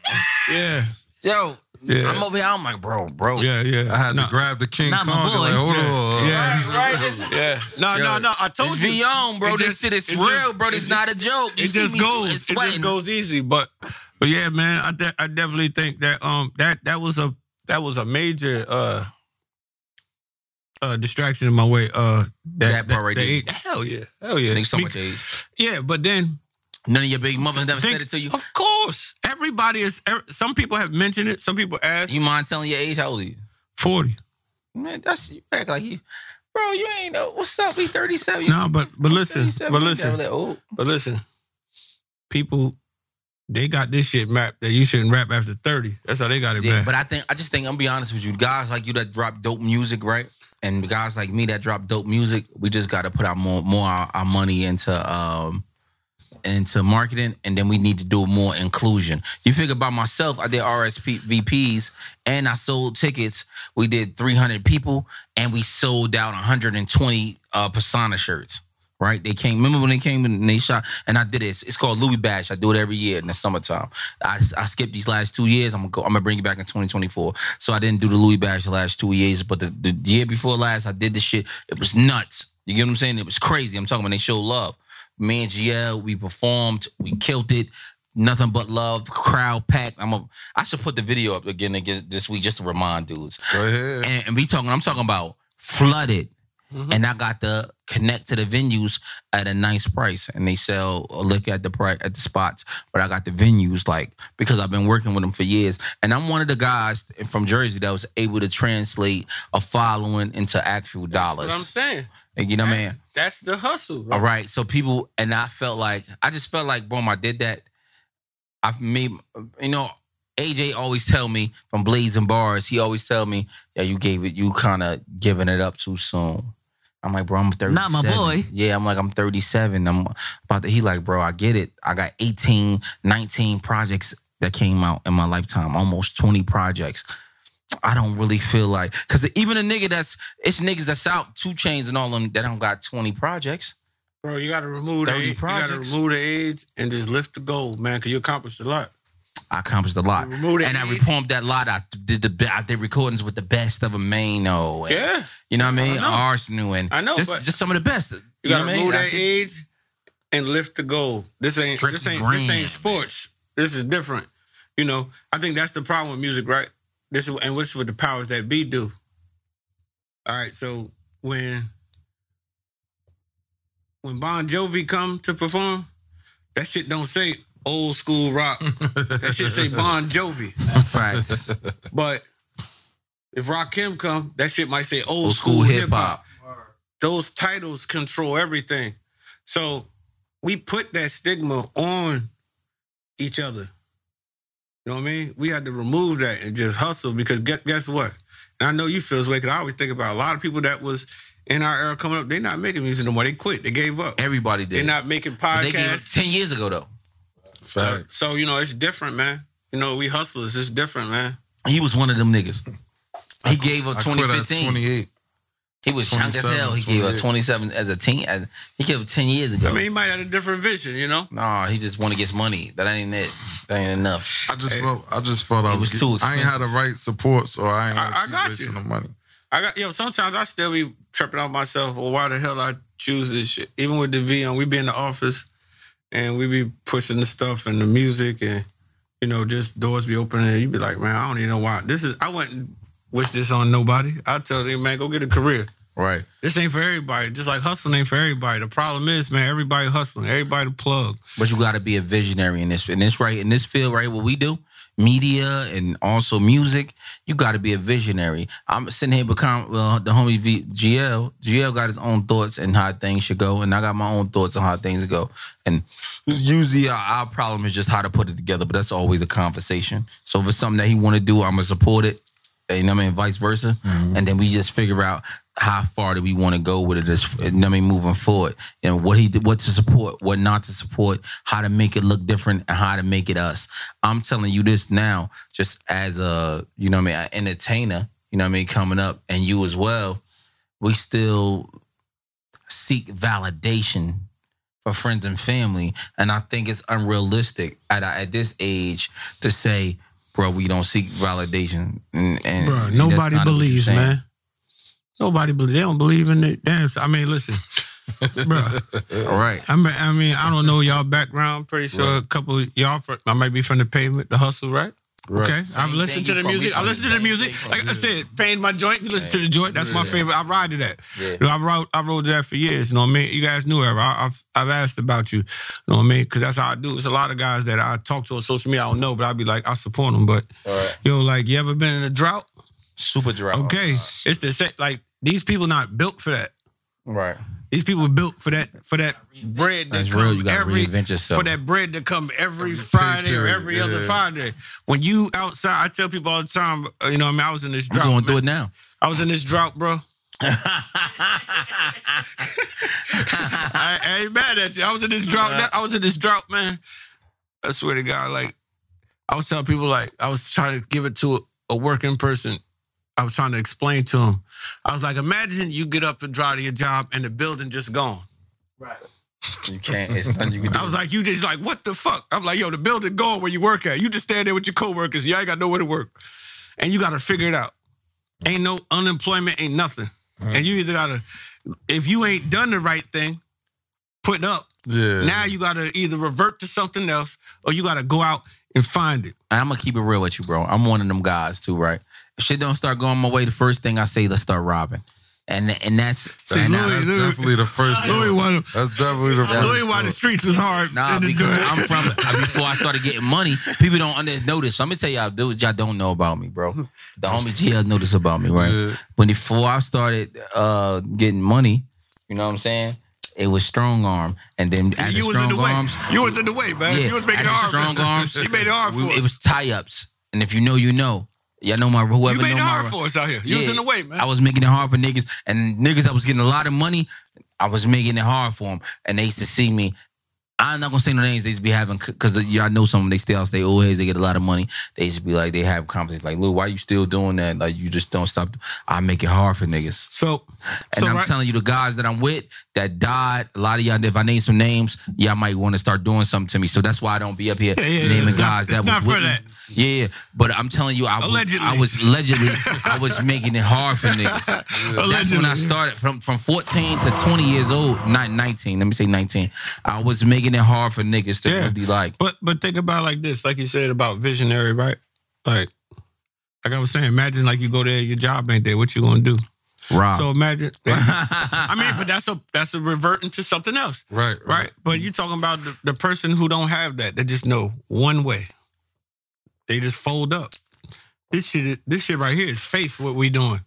Speaker 3: Yeah,
Speaker 2: Yo,
Speaker 3: Yeah.
Speaker 2: I'm over here. I'm like, bro, bro.
Speaker 3: yeah, yeah.
Speaker 1: I had
Speaker 3: Nah.
Speaker 1: to grab the King
Speaker 2: Not
Speaker 1: Kong.
Speaker 2: my
Speaker 1: and
Speaker 2: boy.
Speaker 1: Like, hold
Speaker 3: Yeah.
Speaker 1: on.
Speaker 3: Yeah.
Speaker 2: Right, right. This,
Speaker 3: Yeah. No,
Speaker 2: Yo,
Speaker 3: no, no. I told
Speaker 2: this
Speaker 3: you.
Speaker 2: Vion, bro.
Speaker 3: It
Speaker 2: this
Speaker 3: just-
Speaker 2: shit is
Speaker 3: it
Speaker 2: real,
Speaker 3: just-
Speaker 2: bro.
Speaker 3: it
Speaker 2: This
Speaker 3: ju-
Speaker 2: not a joke. You
Speaker 3: it
Speaker 2: see
Speaker 3: just
Speaker 2: me
Speaker 3: goes.
Speaker 2: sweating.
Speaker 3: It just goes easy. But but yeah, man, I de- I definitely think that um that that was a that was a major uh uh distraction in my way. Uh
Speaker 2: That part right there.
Speaker 3: that- Hell yeah. Hell yeah.
Speaker 2: Think so
Speaker 3: Be-
Speaker 2: much age.
Speaker 3: yeah, but then
Speaker 2: None of your big mothers never
Speaker 3: think- oh,
Speaker 2: said it to you.
Speaker 3: Of course. Everybody is ev- some people have mentioned it, some people asked
Speaker 2: You mind telling your age? How old are you?
Speaker 3: 40.
Speaker 2: Man, that's you act like you, bro. You ain't know what's up. We thirty seven.
Speaker 3: No, but but listen, but listen.
Speaker 2: Oh,
Speaker 3: But listen, people, they got this shit mapped that you shouldn't rap after 30. That's how they got it
Speaker 2: yeah,
Speaker 3: mapped.
Speaker 2: but I think I just think I'm gonna be honest with you. Guys like you that drop dope music, right? And guys like me that drop dope music, we just got to put out more more our, our money into um into marketing, and then we need to do more inclusion. You figure by myself, I did RSP VPs, and I sold tickets. We did 300 people, and we sold out 120 uh, persona shirts. Right? They came. Remember when they came and they shot? And I did this. It's called Louis Bash. I do it every year in the summertime. I, I skipped these last two years. I'm gonna go. I'm gonna bring it back in 2024. So I didn't do the Louis Bash the last two years, but the, the year before last, I did this shit. It was nuts. You get what I'm saying? It was crazy. I'm talking about they show love. Me and GL, we performed. We killed it. Nothing but love. Crowd packed. I'm a. I should put the video up again again this week just to remind dudes
Speaker 1: Go ahead.
Speaker 2: and, and we talking. I'm talking about flooded,
Speaker 3: Mm-hmm.
Speaker 2: and I got to connect to the venues at a nice price, and they sell a look at the price at the spots. But I got the venues like because I've been working with them for years, and I'm one of the guys from Jersey that was able to translate a following into actual
Speaker 3: That's what I'm
Speaker 2: dollars.
Speaker 3: saying.
Speaker 2: You know what I mean?
Speaker 3: That's the hustle.
Speaker 2: All right. So people and I felt like I just felt like boom, I did that. I've made you know, AJ always tell me from Blades and Bars, he always tell me, Yeah, you gave it, you kinda giving it up too soon. I'm like, bro, I'm 37.
Speaker 4: Not my boy.
Speaker 2: Yeah, I'm like, I'm 37. I'm about to he like, bro, I get it. I got 18, 19 projects that came out in my lifetime, almost 20 projects. I don't really feel like cause even a nigga that's it's niggas that's out two chains and all them that don't got 20 projects.
Speaker 3: Bro, you gotta remove the
Speaker 2: 30
Speaker 3: you gotta
Speaker 2: projects.
Speaker 3: remove the age and just lift the goal, man, because you accomplished a lot.
Speaker 2: I accomplished a lot.
Speaker 3: You removed it.
Speaker 2: And I reformed that lot. I did the be- I did recordings with the best of Amano. And,
Speaker 3: Yeah.
Speaker 2: You know what I mean?
Speaker 3: know.
Speaker 2: Arsenal and
Speaker 3: I know, but-
Speaker 2: just, just some of the best. You,
Speaker 3: You
Speaker 2: know
Speaker 3: gotta
Speaker 2: what I mean?
Speaker 3: remove
Speaker 2: I
Speaker 3: that
Speaker 2: think-
Speaker 3: age and lift the goal. This ain't this
Speaker 2: Tricky
Speaker 3: ain't this
Speaker 2: grand.
Speaker 3: ain't sports. This is different. You know, I think that's the problem with music, right? This is and what's what the powers that be do. All right, so when when Bon Jovi come to perform, that shit don't say old school rock. that shit say Bon Jovi.
Speaker 2: Facts.
Speaker 3: But if Rakim come, that shit might say old,
Speaker 2: Old
Speaker 3: school,
Speaker 2: school
Speaker 3: hip
Speaker 2: hip-hop.
Speaker 3: hop. Those titles control everything. So we put that stigma on each other. You know what I mean? We had to remove that and just hustle because guess, guess what? And I know you feel this way because I always think about a lot of people that was in our era coming up, they're not making music no more. They quit. They gave up.
Speaker 2: Everybody did.
Speaker 3: They're not making
Speaker 2: But they gave it
Speaker 3: podcasts.
Speaker 2: ten years ago though.
Speaker 3: So,
Speaker 1: Fact.
Speaker 3: so, you know, it's different, man. You know, we hustlers. It's different, man.
Speaker 2: He was one of them niggas. He gave up
Speaker 1: I quit at
Speaker 2: 2015.
Speaker 1: 28.
Speaker 2: He was young as
Speaker 1: 27,
Speaker 2: hell. He gave up
Speaker 1: 28.
Speaker 2: 27 as a teen. As, he gave up 10 years ago.
Speaker 3: I mean, he might have a different vision, you know?
Speaker 2: nah, he just want to get money. That ain't it. That ain't enough.
Speaker 1: I just felt I just felt I
Speaker 2: It
Speaker 1: was,
Speaker 2: was too
Speaker 1: get- I ain't had the right support, so I ain't
Speaker 3: I-
Speaker 1: gonna
Speaker 3: I
Speaker 1: keep
Speaker 3: got
Speaker 1: wasting
Speaker 3: you.
Speaker 1: the money.
Speaker 3: I got yo. Sometimes I still be tripping on myself. Well, why the hell I choose this shit? Even with the V on, we be in the office and we be pushing the stuff and the music and you know just doors be opening. And you be like, man, I don't even know why this is. I went and wish this on nobody. I tell them, man, go get a career.
Speaker 1: Right.
Speaker 3: This ain't for everybody. Just like hustling ain't for everybody. The problem is, man, everybody hustling, everybody the plug.
Speaker 2: But you got to be a visionary in this in this right in this field right what we do media and also music you got to be a visionary I'm sitting here become well the homie v, GL GL got his own thoughts and how things should go and I got my own thoughts on how things go and usually our, our problem is just how to put it together but that's always a conversation so if it's something that he want to do I'm gonna support it you know what I mean vice versa and then we just figure out how far do we want to go with it as you know what I mean moving forward and what he did, what to support what not to support how to make it look different and how to make it us I'm telling you this now just as a you know what I mean an entertainer you know what I mean coming up and you as well we still seek validation for friends and family and I think it's unrealistic at at this age to say bro we don't seek validation and, and
Speaker 3: Bro,
Speaker 2: that's
Speaker 3: nobody
Speaker 2: kinda what you're
Speaker 3: believes,
Speaker 2: saying.
Speaker 3: man. Nobody believe. They don't believe in it. Damn. I mean, listen, bro.
Speaker 2: all right
Speaker 3: I mean, I mean, I don't know y'all background. Pretty sure a couple of y'all fr- I might be from the pavement, the hustle, right?
Speaker 1: Right.
Speaker 3: Okay,
Speaker 2: Same
Speaker 3: I've listened to
Speaker 2: thing
Speaker 3: the
Speaker 2: you from- we
Speaker 3: music. I
Speaker 2: from
Speaker 3: listened
Speaker 2: the
Speaker 3: to the
Speaker 2: same
Speaker 3: music.
Speaker 2: thing
Speaker 3: Like I
Speaker 1: from-
Speaker 3: said, pain my joint. You listen to the joint. That's my
Speaker 1: Yeah.
Speaker 3: favorite. I ride to that.
Speaker 2: Yeah.
Speaker 3: You know, I rode. I rode that for years. You know what I mean? You guys knew ever. I, I've I've asked about you. You know what I mean? Because that's how I do. It's a lot of guys that I talk to on social media. I don't know, but I'd be like, I support them. But
Speaker 2: all right
Speaker 3: yo, like, you ever been in a drought?
Speaker 2: super drought Oh,
Speaker 3: Okay, it's the same. Like these people not built for that.
Speaker 2: right
Speaker 3: These people built for that for that bread that
Speaker 2: That's
Speaker 3: come
Speaker 2: real. You gotta
Speaker 3: every
Speaker 2: reinvent yourself.
Speaker 3: for that bread to come every
Speaker 1: Every
Speaker 3: Friday or
Speaker 1: period,
Speaker 3: every other
Speaker 1: yeah.
Speaker 3: Friday. When you outside, I tell people all the time. uh, You know, I mean, I was in this
Speaker 2: you
Speaker 3: drought.
Speaker 2: going through
Speaker 3: man.
Speaker 2: it now
Speaker 3: I was in this drought, bro. I, I ain't mad at you. I was in this drought. I was in this drought, man. I swear to God, like I was telling people, like I was trying to give it to a, a working person. I was trying to explain to him. I was like, imagine you get up and drive to your job and the building just gone.
Speaker 2: You can't. It's nothing you can do.
Speaker 3: I was like, you just like, what the fuck? I'm like, yo, the building gone where you work at. You just stand there with your coworkers. You ain't got nowhere to work. And you gotta figure it out. Ain't no unemployment, ain't nothing.
Speaker 2: Mm-hmm.
Speaker 3: And you either gotta, if you ain't done the right thing, put up.
Speaker 1: Yeah.
Speaker 3: Now you gotta either revert to something else or you gotta go out and find it.
Speaker 2: and I'm gonna keep it real with you, bro. I'm one of them guys too, right? If shit don't start going my way, the first thing I say, let's start robbing, and and that's
Speaker 3: See,
Speaker 2: and I-
Speaker 3: Louis-
Speaker 1: That's definitely the first
Speaker 3: Louis
Speaker 1: one.
Speaker 3: why,
Speaker 1: That's definitely the first
Speaker 3: Louis why
Speaker 1: one.
Speaker 3: the streets was hard.
Speaker 2: Nah,
Speaker 3: in the
Speaker 2: because
Speaker 3: dirt.
Speaker 2: I'm from uh, before I started getting money, people don't under notice. I'm gonna tell y'all do what y'all don't know about me, bro. The homie GL noticed about me, right?
Speaker 1: Yeah.
Speaker 2: When before I started uh getting money, you know what I'm saying? It was strong arm, and then after
Speaker 3: you was in
Speaker 2: strong
Speaker 3: the way.
Speaker 2: arms,
Speaker 3: You was in the way, man.
Speaker 2: Yeah,
Speaker 3: You was making
Speaker 2: after
Speaker 3: it hard.
Speaker 2: strong arms.
Speaker 3: You made it hard
Speaker 2: we-
Speaker 3: for us.
Speaker 2: it was tie ups, and if you know, you know. Y'all know my whoever
Speaker 3: you made
Speaker 2: know my
Speaker 3: it hard for us out here. You was
Speaker 2: Yeah,
Speaker 3: in the way, man.
Speaker 2: I was making it hard for niggas, and niggas I was getting a lot of money. I was making it hard for them, and they used to see me. I'm not gonna say no names. They used to be having because y'all know some. of 'em, They still stay old heads. They get a lot of money. They used to be like they have conversations like, "Lou, why you still doing that? Like you just don't stop." I make it hard for niggas.
Speaker 3: so,
Speaker 2: And
Speaker 3: so
Speaker 2: I'm
Speaker 3: right,
Speaker 2: telling you, the guys that I'm with that died, a lot of y'all, if I name some names, y'all might want to start doing something to me. So that's why I don't be up here
Speaker 3: Yeah, yeah, yeah.
Speaker 2: naming
Speaker 3: It's not-
Speaker 2: guys
Speaker 3: it's
Speaker 2: that
Speaker 3: not
Speaker 2: was
Speaker 3: for
Speaker 2: with me.
Speaker 3: that.
Speaker 2: Yeah, yeah. But I'm telling you, I was,
Speaker 3: Allegedly.
Speaker 2: I was allegedly, I was making it hard for niggas. That's when I
Speaker 3: Allegedly.
Speaker 2: started from from 14 to 20 years old, not 19. Let me say 19. I was making it hard for niggas to
Speaker 3: Yeah.
Speaker 2: really like.
Speaker 3: But but think about it like this, like you said about visionary, right? Like like I was saying, imagine like you go there, your job ain't there. What you gonna do?
Speaker 1: Uh-huh.
Speaker 2: Rob.
Speaker 3: So imagine. I mean, but that's a that's a reverting to something else,
Speaker 1: Right.
Speaker 3: right? But you talking about the, the person who don't have that. They just know one way. They just fold up. This shit, is- this shit right here is faith. What we doing?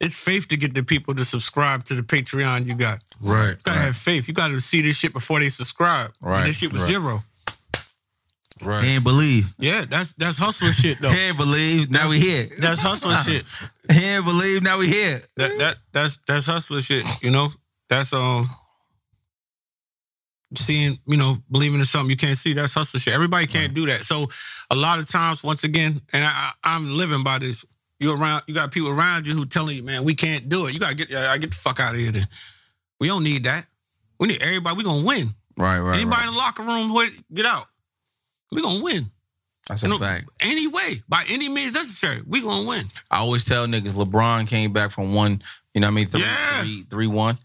Speaker 3: It's faith to get the people to subscribe to the Patreon you got.
Speaker 1: Right.
Speaker 3: You gotta have faith. You gotta see this shit before they subscribe. And
Speaker 2: Right,
Speaker 3: this shit was
Speaker 1: right.
Speaker 3: zero.
Speaker 1: Right.
Speaker 2: Can't believe.
Speaker 3: Yeah, that's that's hustling shit though.
Speaker 2: Can't believe. Now we here.
Speaker 3: That's hustling shit.
Speaker 2: Can't believe. Now we here.
Speaker 3: That that that's that's hustling shit. You know, that's um seeing you know believing in something you can't see. That's hustling shit. Everybody can't do that. So a lot of times, once again, and I, I I'm living by this. You around, you got people around you who telling you, man, we can't do it. You gotta get, I get the fuck out of here. Then we don't need that. We need everybody. We gonna win.
Speaker 2: Right, right.
Speaker 3: Anybody
Speaker 2: right.
Speaker 3: in the locker room, wait, get out. We gonna win.
Speaker 2: That's
Speaker 3: No-
Speaker 2: a fact.
Speaker 3: Any way, by any means necessary, we gonna win.
Speaker 2: I always tell niggas LeBron came back from one, you know what I mean, three,
Speaker 3: Yeah.
Speaker 2: three, three, one.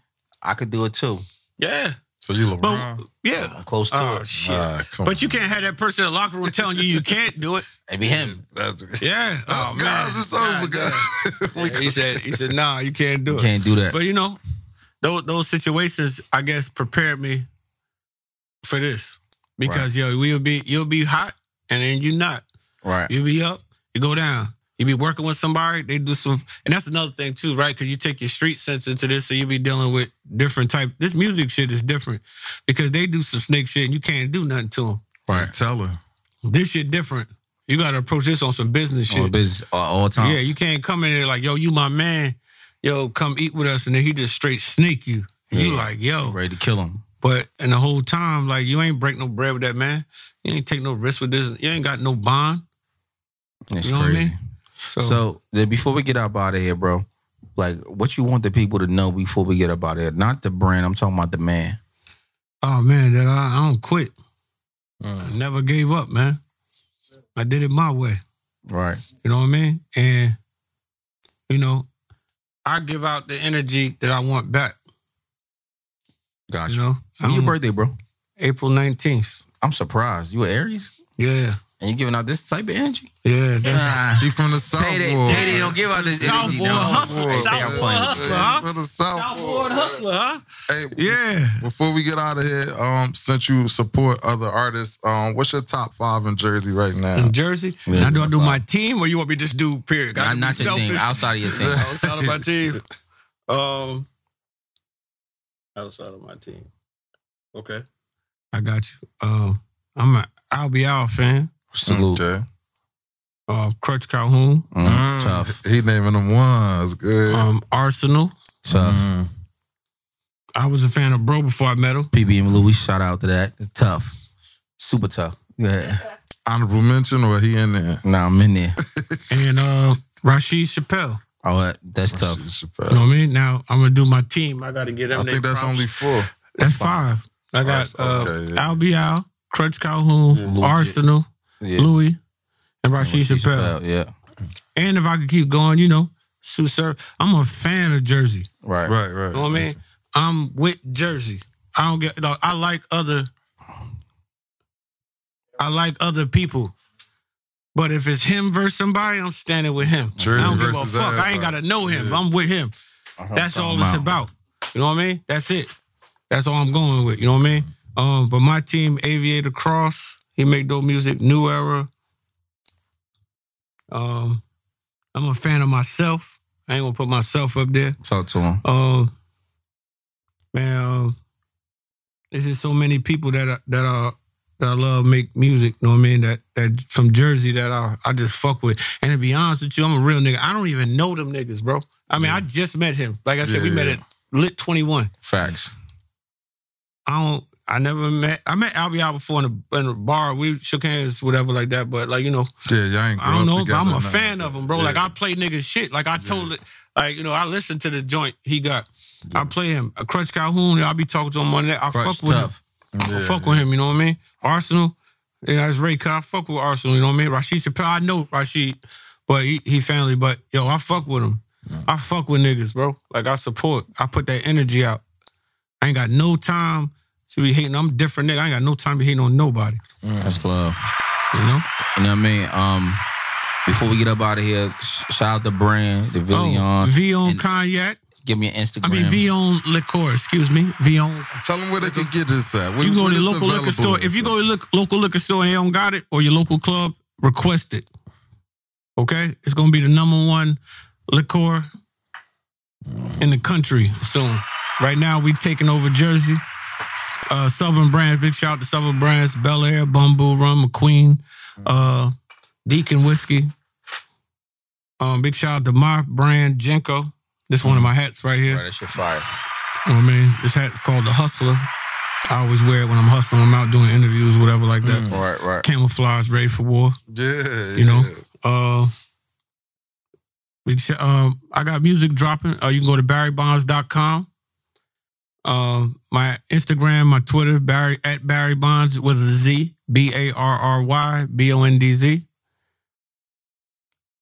Speaker 2: I could do it too.
Speaker 3: Yeah.
Speaker 1: So you LeBron?
Speaker 3: But yeah.
Speaker 4: I'm close to
Speaker 3: Oh
Speaker 4: it.
Speaker 3: shit.
Speaker 1: Nah, come
Speaker 3: but you can't have that person in the locker room telling you you can't do it.
Speaker 4: Maybe him.
Speaker 1: That's,
Speaker 3: Yeah.
Speaker 1: oh,
Speaker 3: Oh, man.
Speaker 1: guys, it's over,
Speaker 3: God
Speaker 1: guys.
Speaker 3: damn. he said he said, nah, you can't do it.
Speaker 2: Can't do that.
Speaker 3: But you know, those those situations, I guess, prepared me for this because yo, we'll be you'll be hot and then you're not.
Speaker 2: Right.
Speaker 3: You be up, you go down. You be working with somebody, they do some, and that's another thing too, right? Because you take your street sense into this, so you be dealing with different type. This music shit is different because they do some snake shit and you can't do nothing to
Speaker 1: Right, tell her.
Speaker 3: them. This shit different. You got to approach this on some business
Speaker 2: All
Speaker 3: shit.
Speaker 2: business uh, all, all time.
Speaker 3: Yeah, you can't come in there like, yo, you my man, yo, come eat with us, and then he just straight snake you. And You
Speaker 2: Yeah.
Speaker 3: like, yo,
Speaker 2: ready to kill him.
Speaker 3: but and the whole time, like you ain't break no bread with that man. You ain't take no risk with this. You ain't got no bond.
Speaker 2: It's
Speaker 3: You know what I
Speaker 2: crazy.
Speaker 3: mean? So,
Speaker 2: So then before we get up out of here, bro, like what you want the people to know before we get up out of here, not the brand. I'm talking about the man.
Speaker 3: oh man, that I, I don't quit. I never gave up, man. I did it my way.
Speaker 2: Right.
Speaker 3: You know what I mean? And you know, I give out the energy that I want back.
Speaker 2: Gotcha.
Speaker 3: You know, um, I
Speaker 2: When your
Speaker 3: don't-
Speaker 2: birthday, bro?
Speaker 3: April nineteenth.
Speaker 2: I'm surprised. You an Aries
Speaker 3: Yeah,
Speaker 2: and you giving out this type of energy?
Speaker 3: yeah. That's,
Speaker 2: Nah.
Speaker 1: He from the South
Speaker 2: Payday,
Speaker 1: World.
Speaker 2: payday don't give out this
Speaker 3: South
Speaker 2: energy.
Speaker 3: Boy
Speaker 2: dog.
Speaker 3: hustler,
Speaker 2: Hey,
Speaker 3: South
Speaker 2: they are
Speaker 3: Boy
Speaker 2: playing.
Speaker 3: hustler.
Speaker 1: Hey,
Speaker 3: huh?
Speaker 1: From the South,
Speaker 3: Outboard hustler, huh?
Speaker 1: Hey,
Speaker 3: Yeah.
Speaker 1: Before we get out of here, um, since you support other artists, um, what's your top five in Jersey right now?
Speaker 3: in Jersey.
Speaker 2: Yeah,
Speaker 3: now, do
Speaker 2: no
Speaker 3: I do
Speaker 2: problem.
Speaker 3: my team or you want me to just do period?
Speaker 2: Nah,
Speaker 3: Gotta
Speaker 2: I'm
Speaker 3: be
Speaker 2: not your team.
Speaker 3: selfish.
Speaker 2: Outside of your team. Mm-hmm.
Speaker 3: outside of my team. Um, outside of my team. Okay, I got you. Um, I'm a I'll be out fan.
Speaker 2: Salute.
Speaker 1: Okay.
Speaker 3: Um, Crutch Calhoun.
Speaker 2: Mm,
Speaker 1: Mm,
Speaker 2: Tough. Oh,
Speaker 1: He naming them ones. Good.
Speaker 3: Um, Arsenal.
Speaker 2: Tough.
Speaker 1: Mm.
Speaker 3: I was a fan of Bro before I met him.
Speaker 2: PB and Louis, shout out to that. Tough. Super tough. Yeah.
Speaker 1: Honorable mention or he in there?
Speaker 2: Nah, I'm in there.
Speaker 3: and uh, Rashid Chappelle.
Speaker 2: Oh, that- that's tough.
Speaker 1: Shit,
Speaker 3: You know
Speaker 1: Chappelle.
Speaker 3: what I mean? Now I'm gonna do my team. I gotta get them.
Speaker 1: I
Speaker 3: they
Speaker 1: think that's
Speaker 3: props.
Speaker 1: only four.
Speaker 3: that's five. I got uh,
Speaker 1: Okay, yeah.
Speaker 3: Al Bial, Crutch Calhoun,
Speaker 1: Yeah.
Speaker 3: Arsenal,
Speaker 2: Yeah.
Speaker 3: Louis, and Rashid Chappelle.
Speaker 2: Yeah.
Speaker 3: And if I could keep going, you know, Sue Sir, I'm a fan of Jersey.
Speaker 2: Right.
Speaker 1: Right, right.
Speaker 3: You know what I mean? I'm with Jersey. I don't get. Like, I like other. I like other people, but if it's him versus somebody, I'm standing with him.
Speaker 1: Jersey
Speaker 3: I don't give a
Speaker 1: versus
Speaker 3: fuck. I ain't
Speaker 1: everybody.
Speaker 3: gotta know him.
Speaker 1: Yeah.
Speaker 3: I'm with him. That's all it's about. You know what I mean? That's it. That's all I'm going with. You know what I mean? Um, but my team, Aviator Cross, he make dope music, New Era. Um, I'm a fan of myself. I ain't gonna put myself up there.
Speaker 2: Talk to him.
Speaker 3: Um, man, um, there's just so many people that I, that are that I love make music. You know what I mean? That that from Jersey that I I just fuck with. And to be honest with you, I'm a real nigga. I don't even know them niggas, bro. I mean, I just met him. Like I said, we
Speaker 1: Yeah,
Speaker 3: met
Speaker 1: yeah.
Speaker 3: at Lit 21.
Speaker 2: Facts.
Speaker 3: I don't. I never met. I met Albie Al before in a, in a bar. We shook hands, whatever, like that. But like you know,
Speaker 1: Yeah, y'all ain't.
Speaker 3: I don't
Speaker 1: grew
Speaker 3: know,
Speaker 1: up
Speaker 3: but I'm
Speaker 1: together
Speaker 3: a
Speaker 1: or
Speaker 3: fan
Speaker 1: nothing.
Speaker 3: of him, bro. Like
Speaker 1: Yeah.
Speaker 3: I play niggas shit. Like I told it, like you know, I listened to the joint he got. I play him. A Crutch Calhoun. I be talking to him on that. I
Speaker 2: Crutch
Speaker 3: fuck with
Speaker 2: tough.
Speaker 3: him. I
Speaker 1: Yeah.
Speaker 3: fuck with him. You know what I mean? Arsenal. Yeah, it's Ray. I fuck with Arsenal. You know what I mean? Rashid Chappelle. I know Rashid, but he, he family. But yo, I fuck with him. I fuck with niggas, bro. Like I support. I put that energy out. I ain't got no time to be hating. I'm a different nigga. I ain't got no time to be hating on nobody.
Speaker 2: That's love.
Speaker 3: You know?
Speaker 2: You know what I mean? Um, before we get up out of here, sh- shout out to Brand, the Villion.
Speaker 3: oh, V on
Speaker 2: And-
Speaker 3: cognac.
Speaker 2: Give me an Instagram.
Speaker 3: I mean, V on liqueur, excuse me. V on.
Speaker 1: Tell them where they can get this at. Where-
Speaker 3: You go
Speaker 1: where
Speaker 3: to the
Speaker 1: this
Speaker 3: local liquor
Speaker 1: available
Speaker 3: store.
Speaker 1: is
Speaker 3: If you
Speaker 1: at?
Speaker 3: go to look, local liquor store and they don't got it, or your local club, request it. Okay? It's going to be the number one liqueur in the country soon. Right now, we taking over Jersey. Uh, Southern Brands, big shout out to Southern Brands, Bel Air, Bumble Rum, McQueen, uh, Deacon Whiskey. Um, big shout out to my brand, Jenko. This one of my hats right here.
Speaker 2: Right, that's your fire.
Speaker 3: You know what I mean? This hat's called the Hustler. I always wear it when I'm hustling. I'm out doing interviews, whatever like that.
Speaker 2: Mm. Right, right.
Speaker 3: Camouflage, ready for war.
Speaker 1: Yeah,
Speaker 3: You know?
Speaker 1: yeah.
Speaker 3: Uh, we sh- um, I got music dropping. Uh, you can go to barrybonds.com. Um, my Instagram, my Twitter, Barry at Barry Bonds with a Z, B A R R Y B O N D Z.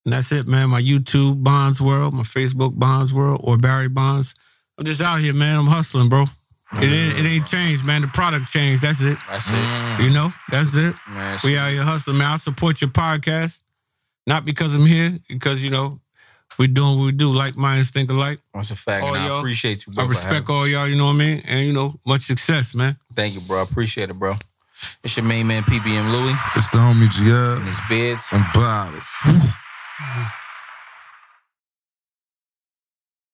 Speaker 3: And that's it, man. My YouTube Bonds World, my Facebook Bonds World, or Barry Bonds. I'm just out here, man. I'm hustling, bro. It ain't, it ain't changed, man. The product changed. That's it.
Speaker 2: That's it,
Speaker 1: Mm.
Speaker 3: You know, that's it.
Speaker 2: man.
Speaker 3: Mm-hmm. We out here hustling, man. I support your podcast, not because I'm here, because you know we doing what we do, like minds think alike.
Speaker 2: That's a fact.
Speaker 3: Oh,
Speaker 2: and I
Speaker 3: yo.
Speaker 2: appreciate you, bro.
Speaker 3: I
Speaker 2: for
Speaker 3: respect
Speaker 2: having-
Speaker 3: all y'all. You know what I mean? And you know, much success, man.
Speaker 2: Thank you, bro. I appreciate it, bro. It's your main man, PBM Louie,
Speaker 1: It's the homie
Speaker 2: and
Speaker 1: GL
Speaker 2: his bids.
Speaker 1: and Bottles.